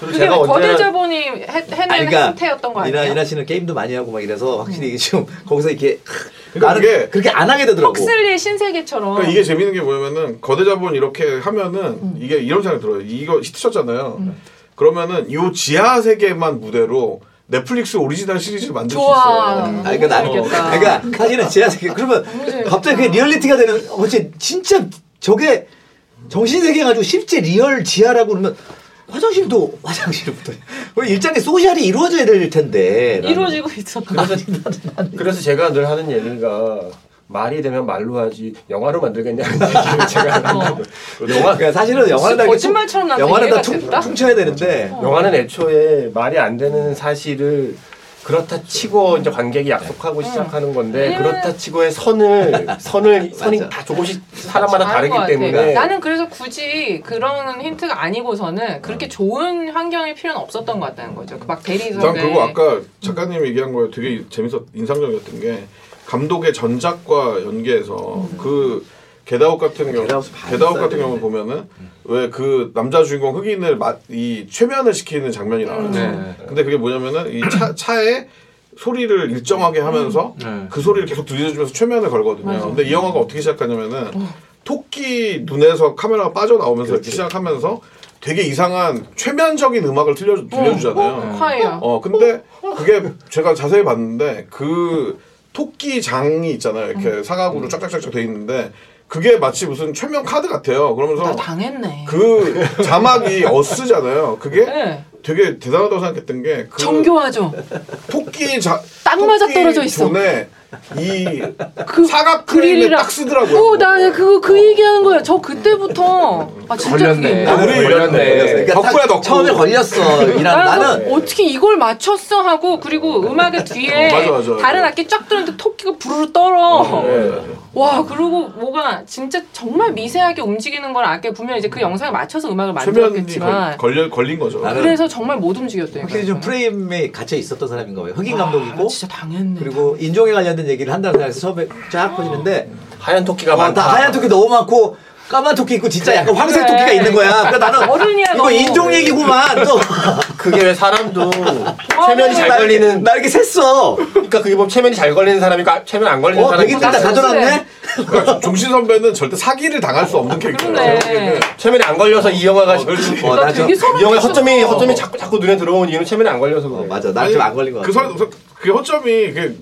B: 그리고
D: 그게
B: 제가
D: 거대
B: 언제나
D: 자본이 해, 해낸
A: 아니, 그러니까
D: 행태였던 거
A: 이나
D: 아니에요? 음.
A: 이나 씨는 게임도 많이 하고 막 이래서 확실히 이게 지금 거기서 이렇게
C: 그러니까
A: 나는
C: 그게
A: 그렇게 안 하게 되더라고
D: 헉슬리의 신세계처럼
C: 그러니까 이게 재밌는 게 뭐냐면은 거대 자본 이렇게 하면은 이게 이런 생각이 들어요. 이거 히트쳤잖아요.
D: 음.
C: 그러면은 요 지하 세계만 무대로 넷플릭스 오리지널 시리즈를 만들
D: 좋아.
C: 수 있어요.
A: 아, 그러니까 나는,
D: 재밌겠다.
A: 그러니까 사실은 제가 생각- 그러면
D: 재밌겠다.
A: 갑자기 그게 리얼리티가 되는 어째 진짜 저게 정신 세계 가지고 실제 리얼 지하라고 그러면 화장실도 화장실부터 우리 일장의 소셜이 이루어져야 될 텐데 나는.
D: 이루어지고 있어.
B: 그래서 제가 늘 하는 얘기가 말이 되면 말로 하지 영화로 만들겠냐는 얘기를 제가 하는
A: 어.
B: 거예요. 영화
A: 그러니까
C: 어,
A: 사실은 영화는 다 이렇게
D: 거짓말처럼 나한테
A: 영화는 다
D: 이해가
A: 퉁,
D: 됐다?
A: 퉁쳐야 되는데
B: 영화는 애초에 말이 안 되는 사실을 그렇다 치고 이제 관객이
D: 네.
B: 약속하고 시작하는 건데
D: 왜냐면-
B: 그렇다 치고의 선을 선을 선이
A: 맞아.
B: 다 조금씩 사람마다
D: 다른
B: 다르기
D: 것 같아.
B: 때문에
D: 나는 그래서 굳이 그런 힌트가 아니고서는 그렇게 좋은 환경일 필요는 없었던 것 같다는 거죠. 그
C: 난
D: 막 대리석에
C: 그거 아까 작가님 얘기한 거에 되게 재밌었 인상적이었던 게 감독의 전작과 연계해서 그 게다웃 같은 경우
A: 겟아웃을 봐야
C: 게다웃 같은
A: 되는데. 음.
C: 경우 보면은 왜 그 남자 주인공 흑인을 마, 이 최면을 시키는 장면이 나와요.
F: 네.
C: 근데 그게 뭐냐면은 이 차 차에 소리를 일정하게 하면서
F: 네.
C: 그 소리를 계속 들려주면서 최면을 걸거든요. 근데 이 영화가 어떻게 시작하냐면은 토끼 눈에서 카메라가 빠져나오면서
A: 그렇죠.
C: 이렇게 시작하면서 되게 이상한 최면적인 음악을 들려 들려주잖아요.
D: 콰이어.
C: 어 근데 그게 제가 자세히 봤는데 그 토끼 장이 있잖아요 이렇게
D: 음.
C: 사각으로 쫙쫙쫙쫙 돼 있는데 그게 마치 무슨 최면 카드 같아요
D: 나
C: 그러면서
D: 당했네.
C: 어. 그 자막이 어스잖아요 그게
D: 네.
C: 되게 대단하다고 생각했던 게그
D: 정교하죠.
C: 토끼 자
D: 딱 맞아떨어져 있어.
C: 존에 이
D: 그
C: 사각 그림을
D: 그릴이랑.
C: 딱 쓰더라고요
D: 오, 나 그거 그 얘기하는 거야. 저 그때부터 아 진짜 그게
F: 걸렸네.
D: 있나?
C: 어, 우리
F: 걸렸네.
A: 그러니까
C: 덕후야,
A: 딱
C: 덕후.
A: 처음에 걸렸어 이란 나는
D: 나는 어떻게 아, 이걸 맞췄어 하고 그리고 음악의 뒤에
C: 어, 맞아, 예, 맞아, 맞아.
D: 다른 악기 쫙 들었는데 토끼가 부르르 떨어.
B: 네.
D: 와 그리고 뭐가 진짜 정말 미세하게 움직이는 걸 아까 분명 이제 그 영상에 맞춰서 음악을
C: 최면이
D: 만들었겠지만
C: 걸, 걸려 걸린 거죠
A: 나는-
D: 그래서 정말 못 움직였대요.
A: 확실히 좀 프레임에 갇혀 있었던 사람인가 봐요 흑인 감독이고
D: 아, 진짜 당했네.
A: 그리고 인종에 관련된 얘기를 한다는 생각에서 처음에 쫙
D: 아.
A: 퍼지는데
B: 하얀 토끼가
A: 어,
B: 많다.
C: 아.
A: 다 하얀 토끼 너무 많고 까만 토끼 있고 진짜 약간 황색
D: 그래.
A: 토끼가 있는 거야. 그러니까 나는
D: 어른이야,
A: 이거
D: 너무.
A: 인종 얘기구만. 또
B: 그게 왜 사람도 체면이 잘
A: 나 이렇게-
B: 걸리는
A: 나 이렇게 샜어.
B: 그러니까 그게 보면 체면이 잘 걸리는 사람이고 아, 체면 안 걸리는
A: 어,
B: 사람이
A: 되게 뜬다 가져놨네.
C: 그러니까 종신 선배는 절대 사기를 당할 수 없는
D: 아, 그러네.
C: 캐릭터예요. 제가
B: 체면이 안 걸려서 이 영화가 지금
C: 보기에는.
A: 어,
D: 나
A: 나 좀.
D: 되게 소름
B: 이 영화 허점이
D: 끼쳤어.
B: 허점이 자꾸 자꾸 눈에 들어온 이유는 체면이 안 걸려서
A: 어,
B: 그래.
A: 맞아. 나좀 안 걸린 것
C: 그
A: 같아.
C: 선, 선- 그 허점이 그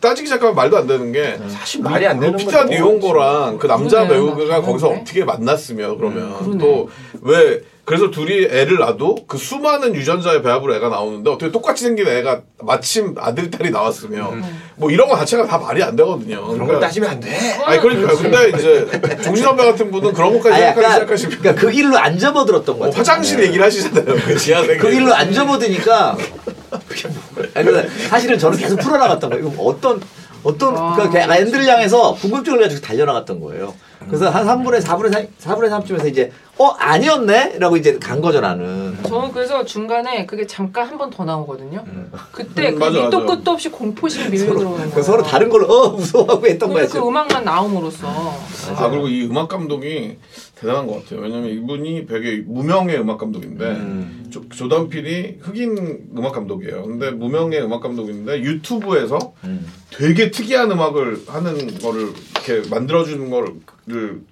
C: 따지기 시작하면 말도 안 되는 게
A: 네.
B: 사실 말이 안
A: 어,
B: 되는
C: 루피타
B: 거죠.
C: 뉴온고랑 그 남자
D: 그러네,
C: 배우가
D: 맞네.
C: 거기서
D: 그러네. 음,
C: 어떻게 만났으며 그러면
D: 그러네.
C: 또 왜 그래서 둘이 애를 낳아도 그 수많은 유전자의 배합으로 애가 나오는데 어떻게 똑같이 생긴 애가 마침 아들 딸이 나왔으며
A: 음.
C: 뭐 이런 거 자체가 다 말이 안 되거든요. 그러니까
B: 그런
A: 그러니까.
B: 걸 따지면 안 돼.
C: 아니 그러니까 근데 이제 종신 선배 같은 분은 그런 것까지
A: 아
C: 생각하기
A: 약간
C: 시작하시면
A: 그러니까 그 길로 안 접어들었던 것
C: 뭐
A: 같아.
C: 화장실 얘기를 하시잖아요. 그 지하생.
A: 그 길로 안 접어드니까 아니, 근데 사실은 저는 계속 풀어나갔던 거예요. 이거 어떤 어떤
D: 아.
A: 그러니까 앤들 향해서 궁금증을 가지고 달려나갔던 거예요. 그래서 한 3분의 4분의 4, 4분의 3쯤에서 이제 어 아니었네라고 이제 간 거죠 나는.
D: 저는 그래서 중간에 그게 잠깐 한 번 더 나오거든요. 그때
C: 음,
D: 그
C: 맞아,
D: 밑도
C: 맞아.
D: 끝도 없이 공포심이 밀려 들어오는
A: 그러니까
D: 거예요.
A: 서로 다른 걸로 어 무서워하고 했던
D: 근데
A: 거예요.
D: 그 음악만 나옴으로써
C: 아 그리고 이 음악 감독이 대단한 것 같아요. 왜냐면 이분이 되게 무명의 음악 감독인데 조, 조단필이 흑인 음악 감독이에요. 근데 무명의 음악 감독인데 유튜브에서
F: 음.
C: 되게 특이한 음악을 하는 거를 이렇게 만들어주는 거를 그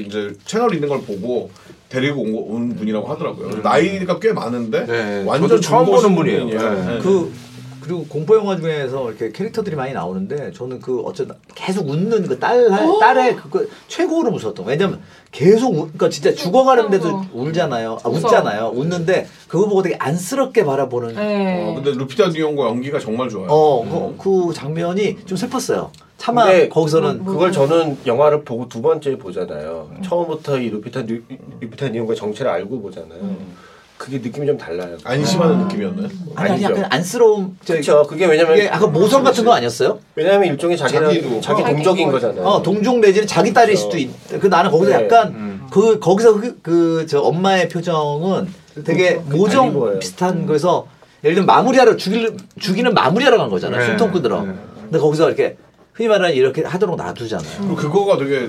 C: 이제 채널 있는 걸 보고 데리고 온, 거- 온 분이라고 하더라고요. 나이가 꽤 많은데
F: 음. 네,
C: 완전
F: 저도 처음
C: 중고신
F: 보는 분이에요.
C: 분이에요.
F: 네.
C: 네.
D: 음.
A: 그 그리고 공포 영화 중에서 이렇게 캐릭터들이 많이 나오는데 저는 그 어쩌다 계속 웃는 그딸
D: 어?
A: 딸의 그거 최고로 무서웠던 거. 왜냐면 계속 우, 그러니까 진짜 죽어가는데도 울잖아요. 아,
D: 무서워.
A: 웃잖아요. 웃는데 그거 보고 되게 안쓰럽게 바라보는
D: 네.
C: 어, 근데 루피타 뉴온과 연기가 정말 좋아요.
A: 어, 그, 그 장면이 좀 슬펐어요. 차마
B: 근데
A: 거기서는
B: 그걸 저는 영화를 보고 두 번째 보잖아요. 뭐, 처음부터 음. 이 루피타 뉴, 루피타 뉴온과 정체를 알고 보잖아요. 그게 느낌이 좀 달라요.
C: 아, 안심하는 느낌이었나요?
A: 아니, 아니
B: 아니죠.
A: 약간 안쓰러움 저기
B: 그렇죠. 그게 왜냐면
A: 이게 아까 모성 같은 거 아니었어요?
B: 왜냐면 일종의 자기는
C: 자기도.
B: 자기
D: 어.
B: 동적인 거잖아요.
A: 어 동종 내지는 자기 딸일 수도 있. 그 나는 거기서
B: 그렇죠. 네.
A: 약간 그 거기서 그 저 엄마의 표정은 되게
B: 그렇죠. 달리 보여요. 음.
A: 모정 비슷한 거에서 예를 들면 마무리하러 죽일 죽이는 마무리하러 간 거잖아. 요
F: 네.
A: 숨통 끄들어. 근데 거기서 이렇게 흔히 말하는 이렇게 하도록
B: 음.
A: 놔두잖아요.
C: 그리고 그거가 되게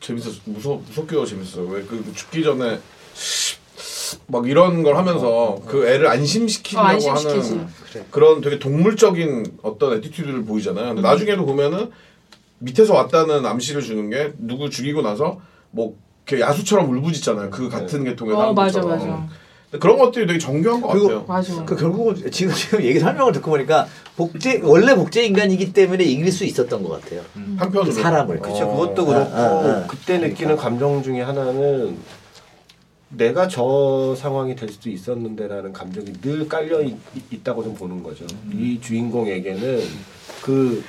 C: 재밌었어. 무서 무섭게도 재밌었어. 왜 그 죽기 전에 막 이런 걸
A: 어,
C: 하면서 그 애를 안심시키려고
D: 어, 안심시키지.
C: 하는 그런 되게 동물적인 어떤 에티튜드를 보이잖아요.
D: 음.
C: 근데 나중에도 보면은 밑에서 왔다는 암시를 주는 게 누구 죽이고 나서 뭐 이렇게 야수처럼 울부짖잖아요.
A: 네.
C: 그 같은 계통의
D: 어 맞아
C: 사람들처럼. 음.
D: 맞아
C: 근데 그런 것들이 되게 정교한 것
A: 그리고
C: 같아요.
D: 맞아.
A: 그 결국은 지금 지금 얘기 설명을 듣고 보니까 복제 원래 복제 인간이기 때문에 이길 수 있었던 것 같아요.
D: 음.
C: 한편으로
A: 사람을.
B: 음. 그렇죠. 그것도 그렇고
A: 아, 아.
B: 그때 느끼는 감정 중에 하나는 내가 저 상황이 될 수도 있었는데라는 감정이 늘 깔려 있, 다고좀 보는 거죠.
A: 음.
B: 이 주인공에게는 그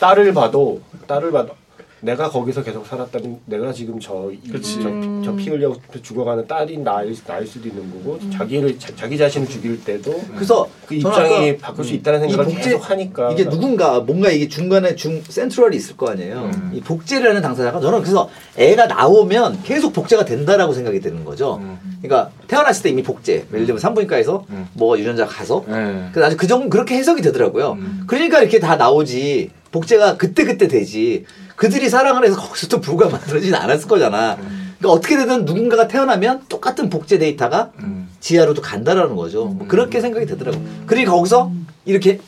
B: 딸을 봐도 딸을 봐도 내가 거기서 계속 살았다면 내가 지금 저
C: 그치.
D: 음.
B: 저피 흘려 죽어가는 딸인 나일, 나일 수도 있는 거고 자기를 자, 자기 자신을 죽일 때도
A: 그래서
B: 그
A: 저는
B: 입장이
A: 아까
B: 바꿀 수 있다는 생각을
A: 이 복제-
B: 계속 하니까 그러니까.
A: 이게 누군가 뭔가 이게 중간에 중 센트럴이 있을 거 아니에요.
B: 음.
A: 이 복제를 하는 당사자가 저는 그래서 애가 나오면 계속 복제가 된다라고 생각이 드는 거죠.
B: 음.
A: 그러니까 태어났을 때 이미 복제. 예를 들면 산부인과에서 뭐가 유전자 가서
F: 네.
A: 그 아주 그 정도 그렇게 해석이 되더라고요.
D: 음.
A: 그러니까 이렇게 다 나오지. 복제가 그때 그때 되지. 그들이 사랑을 해서 거기서 또 부가 만들어지진 않았을 거잖아.
D: 음.
A: 그러니까 어떻게 되든 누군가가 태어나면 똑같은 복제 데이터가
D: 음.
A: 지하로도 간다라는 거죠. 뭐 그렇게 생각이 되더라고. 그리고 거기서 이렇게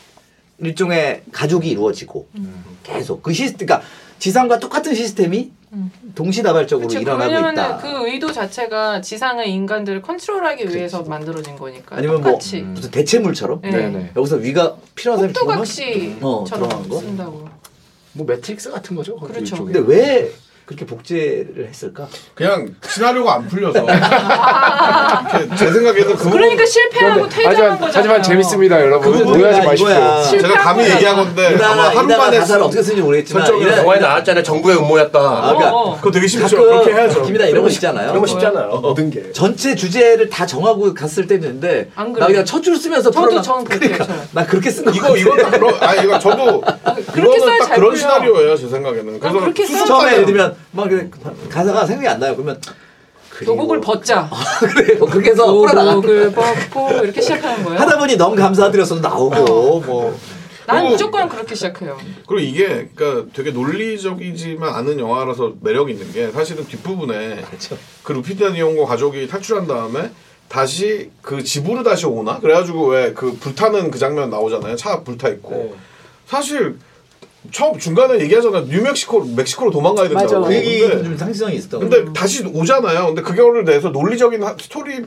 A: 일종의 가족이 이루어지고
D: 음.
A: 계속 그 시스템, 그러니까 지상과 똑같은 시스템이 동시다발적으로
D: 음. 그치,
A: 일어나고
D: 왜냐면은
A: 있다.
D: 그 의도 자체가 지상의 인간들을 컨트롤하기 위해서 만들어진 거니까
A: 아니면 뭐
D: 똑같이
A: 무슨 대체물처럼
D: 네.
F: 네네.
A: 여기서 위가 필요한 사람이 죽으면 어,
D: 폭도각시처럼 음.
A: 들어간 거?
D: 쓴다고
F: 뭐 매트릭스 같은 거죠.
D: 그렇죠.
F: 이쪽에.
A: 근데 왜 그렇게 복제를 했을까?
C: 그냥 시나리오가 안 풀려서 이렇게 제 생각에도
A: 어.
C: 그 부분
D: 그러니까 실패하고 퇴장한
F: 하지만,
D: 거잖아요
F: 하지만 재밌습니다, 여러분.
A: 그건
F: 오해하지
A: 우리가 이거야.
F: 마십시오.
C: 제가 감히
D: 실패한
C: 얘기한
D: 거잖아.
A: 그
C: 건데 아마 하루
A: 이나가
C: 만에
A: 가사를 어떻게 쓰는지 모르겠지만
C: 설정을
A: 이나-
B: 영화에 나왔잖아요. 정부의 음모였다.
A: 아, 그러니까
D: 어.
C: 그거 되게 쉽죠. 그렇게 해야죠.
A: 가끔 김이나 이런 거 있잖아요.
B: 이런 거 쉽잖아요.
A: 어.
B: 모든 게.
A: 전체 주제를 다 정하고 갔을 때 있는데
D: 안
A: 나
D: 그래요.
A: 그냥 첫 줄 쓰면서
D: 저도
A: 풀어놔. 그러니까
D: 저는 그렇게 해요, 저는.
A: 나 그렇게 쓴거
C: 이거 이거 딱 그런 아 이거 저도
D: 써야
C: 이거는 딱
D: 잘
C: 그런
D: 보여.
C: 시나리오예요 제 생각에는. 그래서
D: 그렇게 써야
C: 수습하면-
A: 처음에 예를 들면 막 이렇게 가사가 생각이 안 나요. 그러면 그리워.
D: 교복을 벗자
A: 그래 그렇게 해서 풀어나가 뭐
D: 교복을 벗고 이렇게 시작하는 거예요
A: 하다 보니 너무 감사드려서 나오고 뭐
D: 난
C: 어.
D: 무조건 그렇게 시작해요
C: 그리고 이게 그러니까 되게 논리적이지만 않은
B: 그렇죠.
C: 영화라서 매력이 있는 게 사실은 뒷부분에 그 루피타 니온고 가족이 탈출한 다음에 다시 그 집으로 다시 오나? 그래가지고 왜 그 불타는 그 장면 나오잖아요. 차 불타 있고
B: 네.
C: 사실 처음 중간에 얘기하잖아요. 뉴멕시코로 멕시코로 도망가야 된다고.
E: 맞아.
A: 그 얘기
C: 그렇죠. 근데
A: 좀 상징성이 있었던 거.
C: 근데 다시 오잖아요. 근데 그거를 대해서 논리적인 하- 스토리의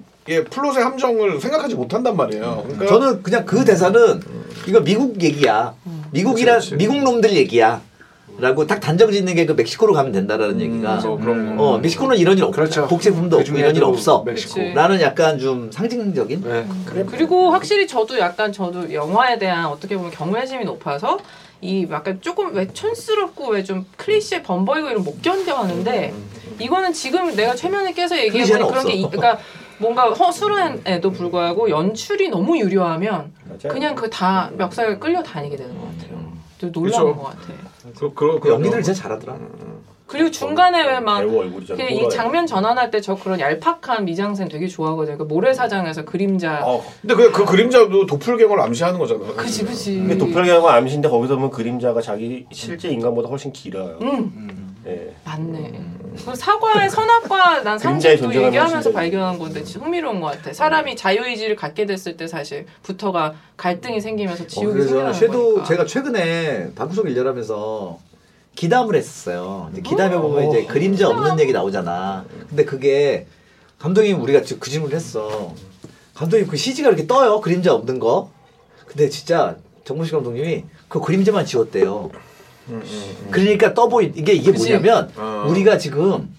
C: 플롯의 함정을 생각하지 못한단 말이에요. 그러니까
A: 저는 그냥 그 대사는 이거 미국 얘기야. 미국이란
C: 그치, 그치.
A: 미국 놈들 얘기야. 라고 딱 단정 짓는 게 그 멕시코로 가면 된다라는 얘기가
C: 뭐 그런 거.
A: 어 멕시코는 이런 일 없고
F: 음. 그렇죠.
A: 복제품도 없고 이런 일
F: 그중에도
A: 없어
F: 멕시코.
D: 그치. 음.
A: 라는 약간 좀 상징적인
F: 네.
D: 그리고 확실히 저도 약간 저도 영화에 대한 어떻게 보면 경외심이 높아서 이 약간 조금 왜 촌스럽고 왜 좀 클리셰 번버이고 이런 못 견뎌하는데 이거는 지금 내가 최면에 깨서 얘기해보니
A: 클리셰는
D: 그런 게
A: 없어.
D: 있- 그러니까 뭔가 허술한에도 불구하고 연출이 너무 유려하면
B: 맞아요.
D: 그냥 그 다 멱살 끌려 다니게 되는 것 같아요. 좀 놀라운
C: 그쵸.
D: 것 같아.
C: 그, 그,
A: 그 연기들 진짜
F: 음.
A: 잘하더라.
D: 그리고 중간에 네, 왜막
B: 배우 얼굴이잖아.
D: 그냥 이
B: 돌아요.
D: 장면 전환할 때 저 그런 얄팍한 미장센 되게 좋아하거든요. 그 모래사장에서 그림자.
B: 아,
C: 어. 근데 그, 그 그림자도 도플갱어를 암시하는 거잖아요.
D: 그지 그지.
F: 음.
B: 이게 도플갱어가 암시인데 거기서 보면 그림자가 자기 실제 인간보다 훨씬 길어요.
D: 음
B: 예.
D: 맞네. 그 사과의 선악과 난
B: 그림자의
D: 상징도
B: 존재감이
D: 얘기하면서
B: 진짜
D: 발견한 건데 진짜 흥미로운 것 같아. 사람이 자유의지를 갖게 됐을 때 사실 부터가 갈등이 생기면서
A: 어,
D: 그렇죠. 지옥이
A: 그래서
D: 생겨나는
A: 섀도
D: 거니까.
A: 제가 최근에 방구석 일렬하면서 기담을 했었어요. 근데 기담에 보면 이제 그림자 없는 얘기 나오잖아. 근데 그게 감독님 우리가 지금 그 질문을 했어. 감독님 그 CG가 이렇게 떠요. 그림자 없는 거. 근데 진짜 정무식 감독님이 그 그림자만 지웠대요. 그러니까 떠보이 이게 이게
D: 음, 그치? 음,
A: 뭐냐면
C: 어.
A: 우리가 지금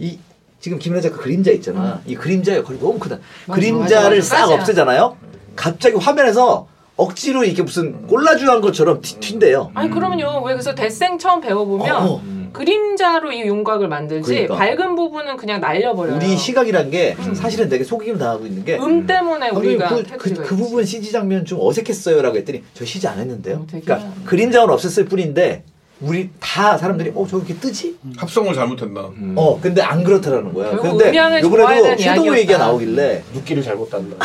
A: 이 지금 김연아 작가 그림자 있잖아. 이 그림자의 역할이 너무 크다.
D: 맞아,
A: 그림자를
D: 맞아, 맞아.
A: 싹
D: 맞아.
A: 없애잖아요. 갑자기 화면에서 억지로 이렇게 무슨 꼴라주한 것처럼 튀- 튄대요.
D: 아니 그러면요 왜 그래서 대생 처음 배워보면
A: 어, 어.
D: 그림자로 이 용각을 만들지
A: 그러니까.
D: 밝은 부분은 그냥 날려버려요.
A: 우리 시각이란 게 사실은 되게 속임 당하고 있는 게
D: 음 때문에
A: 감독님,
D: 우리가
A: 그, 그,
D: 태그가
A: 그
D: 있지.
A: 부분 CG 장면 좀 어색했어요라고 했더니 저 CG 안 했는데요.
D: 어, 되게
A: 그러니까 그림자는 없앴을 뿐인데 우리 다 사람들이 어 저렇게 뜨지?
C: 음. 합성을 잘못했나?
A: 어 근데 안 그렇다라는 거야.
D: 결국
A: 근데
D: 음향을 좋아해야
A: 요번에도
D: 되는
A: 섀도우
D: 이야기였다.
A: 얘기가 나오길래
B: 눕기를 잘못 땄나.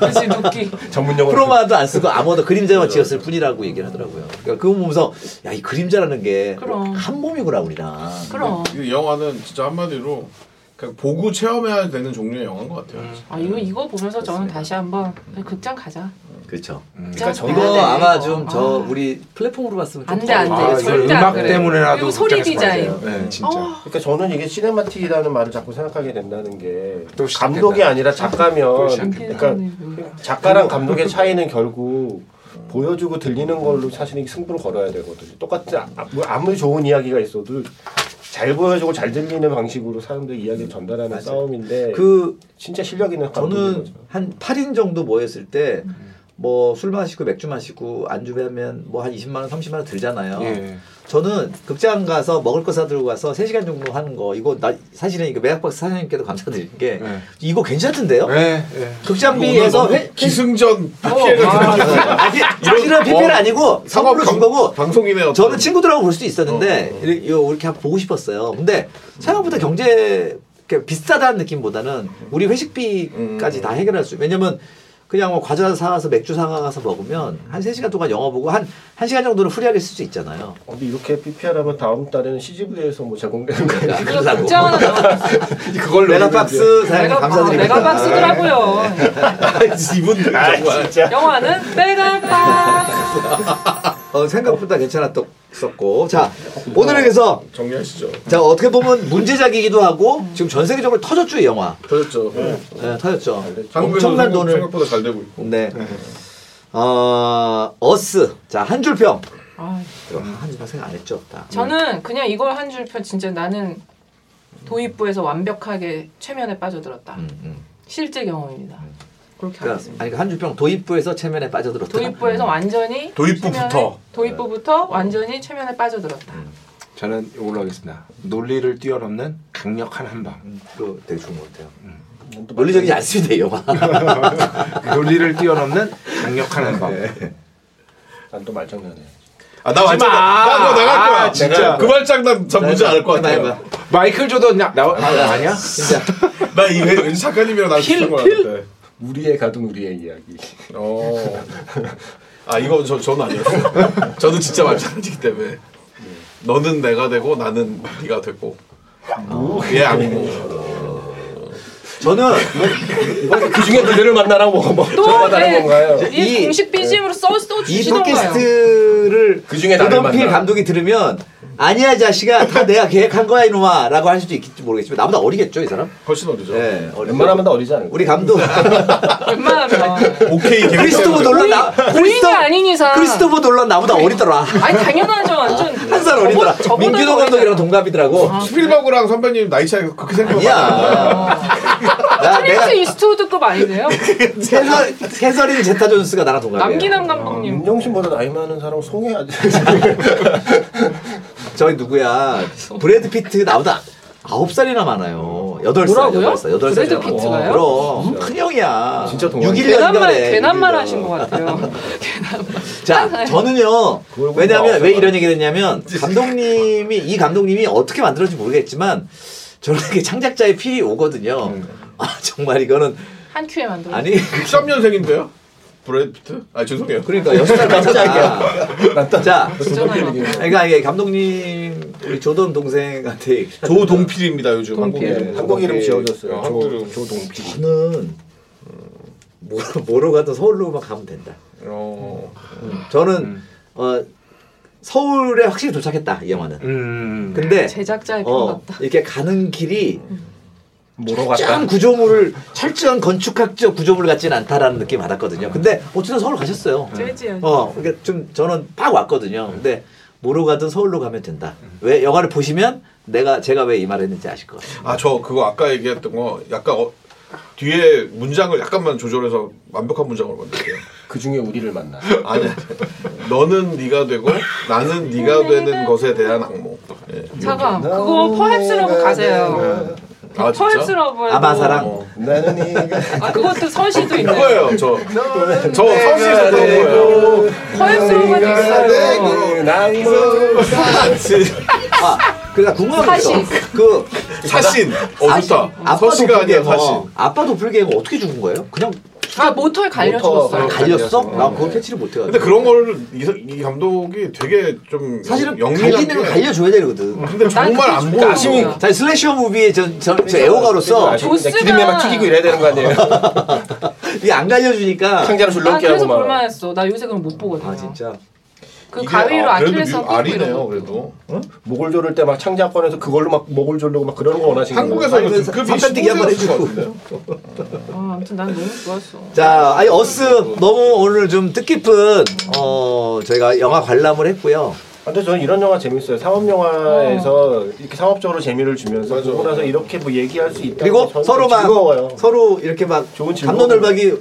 D: 그치 도끼.
B: 전문 용어.
A: 프로마도 안 쓰고 아무도 그림자만 지었을 뿐이라고 얘기를 하더라고요. 그러니까 그거 보면서 야 이 그림자라는 게
D: 그럼.
A: 한 몸이구나 우리랑.
D: 그럼.
C: 이 영화는 진짜 한마디로 그냥 보고 체험해야 되는 종류의 영화인 것
A: 음.
C: 같아요.
D: 아 이거 이거 보면서 저는 다시 한번 극장 가자.
A: 그렇죠.
D: 극장
B: 그러니까
D: 가야
A: 이거
D: 돼,
A: 아마
D: 이거.
A: 좀 저
D: 아.
A: 우리 플랫폼으로 봤으면
D: 안 돼, 안 돼.
F: 아, 이거
D: 절대 안
F: 음악
D: 그래요.
F: 때문에라도
D: 그리고 소리
F: 극장에서
D: 디자인.
F: 봐야 돼요. 네, 진짜.
D: 어.
B: 그러니까 저는 이게 시네마틱이라는 말을 자꾸 생각하게 된다는 게
F: 또 시작된다.
B: 감독이 아니라 작가면
F: 시작된다.
B: 그러니까
D: 음. 뭐.
B: 작가랑 감독의 차이는 결국 보여주고 들리는 걸로 사실 이 승부를 걸어야 되거든요. 똑같은 아- 아- 뭐 아무리 좋은 이야기가 있어도 잘 보여주고 잘 들리는 방식으로 사람들 이야기를 전달하는 싸움인데
A: 그
B: 진짜 실력 있는 감독인
A: 저는
B: 거죠.
A: 한 8인 정도 모였을 때
D: 음.
A: 뭐 술 마시고 맥주 마시고 안주 배하면 뭐 한 20만 원, 30만 원 들잖아요.
F: 예.
A: 저는 극장 가서 먹을 거 사들고 가서 3시간 정도 하는 거 이거 나 사실은 이거 매학박사 사장님께도 감사드리는 게
F: 네.
A: 이거 괜찮던데요?
F: 예. 예.
A: 극장비에서 회,
C: 기승전
A: 어, 아, 아니, 사실은 PPL 아니고
C: 상업
A: 선물로 준 거고
C: 방송이네요.
A: 저는 친구들하고 볼 수 있었는데
C: 어, 어.
A: 이렇게- 이거 이렇게 한번 보고 싶었어요. 근데 생각보다 경제 이렇게 비싸다는 느낌보다는 우리 회식비까지
C: 음.
A: 다 해결할 수. 왜냐면 그냥 뭐 과자 사와서 맥주 사가서 먹으면 한 3시간 동안 영화 보고 한 1시간 정도는 후리하게 쓸 수 있잖아요.
B: 근데 이렇게 PPR 하면 다음 달에는 CGV에서 뭐 제공되는 거예요.
D: 이거 극장 하나 나와.
A: 그걸 메가박스 사장님
D: 그렇죠. 메가
A: 감사드립니다. 네.
D: 메가박스더라고요.
A: 아,
C: 이분들 정말
D: 영화는 메가박스.
A: 어, 생각보다 괜찮았었고. 자, 오늘 여기서
C: 정리하시죠.
A: 자, 어떻게 보면 문제작이기도 하고 지금 전 세계적으로 터졌죠, 이 영화.
C: 터졌죠.
A: 네, 터졌죠.
C: 한국에서
A: 엄청난
C: 생각-
A: 돈을
C: 생각보다 잘 되고 있고.
A: 네. 어, 어스. 자, 한 줄 평.
D: 아,
A: 이거 한 줄평 생각 안 했죠. 다.
D: 저는 그냥 이걸 한 줄 편 진짜 나는 도입부에서 완벽하게 최면에 빠져들었다.
A: 음, 음.
D: 실제 경험입니다. 그렇게
A: 그러니까, 음.
D: 하겠습니다.
A: 아니, 그러니까 한 줄평 도입부에서 체면에 빠져들었다.
D: 도입부에서 완전히
C: 도입부부터.
D: 최면에-
A: 네.
D: 도입부부터 완전히 최면에 빠져들었다.
A: 음.
F: 저는 이걸로 하겠습니다. 논리를 뛰어넘는 강력한 한방.
A: 음, 그거 되게 좋은 것 같아요. 음.
B: 음,
A: 논리적이지 않습니다, 이 영화.
F: 논리를 뛰어넘는 강력한 한방.
A: 네.
B: 난또 말장난해.
C: 아나 완전 나, 나 그거 나갈 거야.
F: 아, 진짜.
C: 그 발장난 전 문제 않을 것
A: 해봐,
C: 같아요.
A: 해봐.
F: 마이클 조던 나, 나
A: 네.
F: 아, 아니야?
A: 진짜.
C: 나이 왠지 작가님이랑 나랑 비슷한 것 같아.
B: 우리의 가든 우리의 이야기.
C: 어. 아 이거 저 저는 아니었어요. 저는 진짜 말장난이기 때문에. 너는 내가 되고 나는 네가 됐고. 얘 아니고.
A: 저는
D: 뭐
B: 그 중에 그들을 만나라 뭐, 뭐
D: 또
B: 저마다는
D: 네,
B: 건가요?
A: 이-
D: 이 공식 BGM으로 써, 써
A: 이
D: 주시던가요?
A: 팟캐스트를
B: 그중에 나를
A: 조던필
B: 만나.
A: 감독이 들으면 아니야 자식아 다 내가 계획한 거야 이놈아라고 할 수도 있겠지 모르겠지만 나보다 어리겠죠 이 사람?
C: 훨씬 어리죠.
A: 네, 어리죠.
B: 웬만하면 다 어리지 않을까?
A: 우리 감독
D: 웬만하면.
C: 오케이 개그맨 때문에.
A: 크리스토퍼 놀란 나
D: 고인이
A: 크리스토
D: 아닌 이상.
A: 크리스토퍼 놀란 나보다 어리더라.
D: 아니 당연하죠 완전
A: 한 살 어리더라.
D: 저보- 저보다
A: 민규도
D: 더
A: 감독이랑
D: 어리잖아.
A: 동갑이더라고.
C: 스필버그랑 선배님 나이 차이가 그렇게 생각하면
A: 아니야. 나 내가 그
D: 클린트 이스트우드급 아니세요?
A: 캐서 캐서린 제타 존스가 나랑 동갑이야.
D: 남기남
B: 아,
D: 감독님
B: 윤종신보다 나이 많은 사람 송해하지.
A: 저희 누구야? 브래드 피트 나보다 아홉 살이나 많아요. 여덟 살,
D: 뭐라고요?
A: 여덟 살, 여덟 살.
D: 브래드 피트가요?
A: 그럼 큰 형이야.
B: 진짜 동안이야.
A: 6일년이래.
D: 괜한 말 괜한 말 하신 것 같아요. 괜한 말.
A: 자, 저는요.
B: 그걸 보면
A: 왜냐하면 왜
B: 아홉
A: 이런 얘기를 했냐면 감독님이 이 감독님이 어떻게 만들었는지 모르겠지만 저는 이게 창작자의 필이 오거든요. 아 정말 이거는
D: 한 큐에 만들어.
A: 아니
C: 63년생인데요? 브래드 피트? 아 죄송해요.
A: 그러니까 여섯 살 많잖아. 자,
D: 진짜나요?
A: 그러니까 이게 감독님 우리 조던 동생한테 얘기-
C: 조동필입니다 요즘 한국 이름.
B: 한국 이름
C: 어,
B: 지어줬어요.
C: 한국 이름.
B: 조, 조동필.
A: 저는 어, 뭐로, 뭐로 가든 서울로만 가면 된다.
C: 어.
A: 저는
B: 음.
A: 어, 서울에 확실히 도착했다 이 영화는.
F: 음.
A: 근데
D: 제작자의 편
A: 어,
D: 같다.
A: 이렇게 가는 길이
B: 음. 뭐로
A: 짠
B: 갔다?
A: 구조물을 철저한 건축학적 구조물 같진 않다라는 느낌 받았거든요. 근데 어쨌든 서울 가셨어요.
D: 재지요.
A: 어, 그러니까 좀 저는 빡 왔거든요.
B: 음.
A: 근데 뭐로 가든 서울로 가면 된다. 왜 영화를 보시면 내가 제가 왜 이 말했는지 아실 것 같아요.
C: 아 저 그거 아까 얘기했던 거 약간 어, 뒤에 문장을 약간만 조절해서 완벽한 문장으로 만들게요.
B: 그 중에 우리를 만나.
C: 아니 너는 네가 되고 나는 네가 되는 것에 대한 악몽. 예.
D: 잠깐 그거 퍼햅스라고 가세요. 그
C: 아 진짜?
D: 퍼햅스라고
A: 아마사랑
B: 나는 네가
D: 아 그것도 서시도 있네.
C: 그거예요 저. 저 서울시에서 들은 거예요.
D: 퍼햅스라고도
B: 네,
D: 있어요.
B: 낭무
A: 아, 그래 나 궁금한 거 있어.
D: 사실.
A: 그
C: 사신. 어 좋다.
A: 아빠
C: 서시가 아니야
A: 도플갱어.
C: 사신.
A: 아빠 도플갱어 어떻게 죽은 거예요? 그냥
D: 아 모터에 갈려 죽었어요.
B: 모터.
A: 갈렸어?
B: 갈렸어.
A: 나 그거 캐치를 못 해가지고.
C: 근데 그런 거를 이, 이 감독이 되게 좀
A: 사실은
C: 영리한 게
A: 갈리면 갈려줘야 되거든.
D: 그러니까.
C: 근데 정말 안 보여.
D: 아심이
A: 자 슬래셔 무비의 저, 저,
C: 그러니까.
A: 저 애호가로서
D: 조스가-
B: 아, 기름에 막 튀기고 이래야 되는 거 아니에요?
A: 이게 안 갈려주니까
B: 상자로
D: 나
B: 줄넘기
D: 아, 그래서
B: 하고 막.
D: 볼만했어. 나 요새 그럼 못 보거든요.
A: 아 진짜
D: 그
C: 이게-
D: 가위로
C: 아,
D: 아,
C: 그래도
D: 킬레스
C: 미국
D: 고 이런
C: 알이네요
D: 거.
C: 그래도.
B: 목을 조를 때 막 창자 꺼내서 그걸로 막 목을 조르고 막 그런 거 원하시는
C: 한국에서 이거
A: 아니면
C: 등급이
A: 삼편뜨기 한번
C: 15세였을 것
A: 해주고.
C: 같은데요?
D: 아, 아무튼 난 너무 좋았어.
A: 자 아니 어스 너무 오늘 좀 뜻깊은 어 저희가 영화 관람을 했고요
B: 아, 근데 저는 이런 영화 재밌어요. 상업 영화에서
D: 어.
B: 이렇게 상업적으로 재미를 주면서
C: 맞아.
B: 보고 나서 이렇게 뭐 얘기할 수 있다.
A: 그리고 서로 막
B: 즐거워요.
A: 서로 이렇게 막
B: 좋은 즐거움.
A: 감론을박이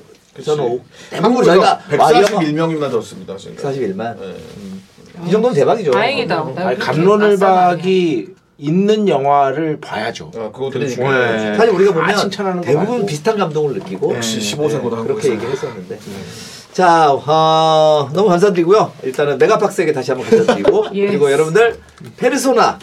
A: 저는 오- 대부분 저희가 와, 이 영화
C: 141명이나 들었습니다 지금.
A: 41만 음.
C: 네.
A: 이 정도면 대박이죠
D: 다행이다. 나
F: 아니,
D: 그렇게
F: 감론을박이 있는 영화를 봐야죠.
C: 아, 그거 되게
A: 그러니까.
C: 중요해요.
A: 사실 우리가 보면
F: 아, 칭찬하는 거
A: 대부분
F: 말고.
A: 비슷한 감동을 느끼고
C: 역시 15세보다 한국에서. 네.
A: 그렇게 얘기를 했었는데 자 어, 너무 감사드리고요 일단은 메가박스에게 다시 한번 감사드리고
D: 예.
A: 그리고 여러분들 페르소나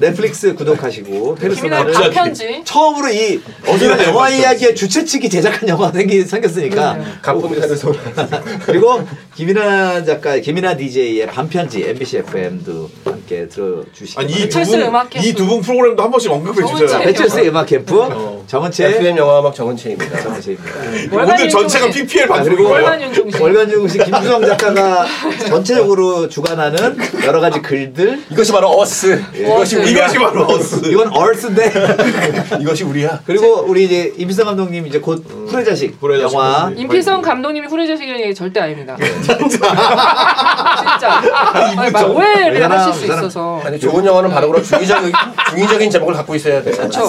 A: 넷플릭스 구독하시고
D: 김이나
A: 페르소나를
D: 반편지.
A: 처음으로 이 어느
C: 네,
A: 영화 이야기의 주최 측이 제작한 영화 생기 생겼으니까
D: 그러네요.
B: 가품사를 서로.
A: 그리고 김이나 작가, 김이나 DJ의 반편지 MBC FM도 함께 들어주시기
C: 아니
A: 바랍니다.
D: 배철수 음악 캠프.
C: 이두분 프로그램도 한 번씩 언급해
D: 정은채.
C: 주세요.
A: 배철수의 음악 캠프
C: 어.
A: 정은채의
B: FM 영화 음악 정은채입니다.
A: 정은채입니다.
C: 오늘 전체가 PPL
A: 아,
C: 방송인
A: 그리고
D: 월간
C: 거예요.
D: 윤종신.
A: 월간중국 씨 김수성 작가가 전체적으로 주관하는 여러 가지 글들
B: 이것이 바로 어스. 예. 이것이 뭐- 우리야.
C: 이것이 바로 어스.
A: 이건 얼스인데
B: 이것이 우리야.
A: 그리고 우리 이제 임필성 감독님 이제 곧 후레자식
C: 어, 후레자식
A: 영화
C: 감독님.
D: 임필성 감독님이 후레자식이라는 얘기 절대 아닙니다.
A: 예,
D: 진짜. 진짜. 아니, 막
A: 그
D: 오해를
A: 사람,
D: 하실 수
A: 그 사람.
D: 있어서.
B: 아니 좋은 영화는 바로 그런 중의적인 중의적인 제목을 갖고 있어야 돼.
D: 그렇죠.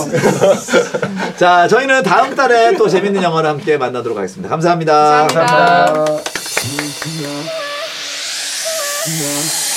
A: 자 저희는 다음 달에 또 재밌는 영화를 함께 만나도록 하겠습니다 감사합니다.
D: 감사합니다.
B: 아.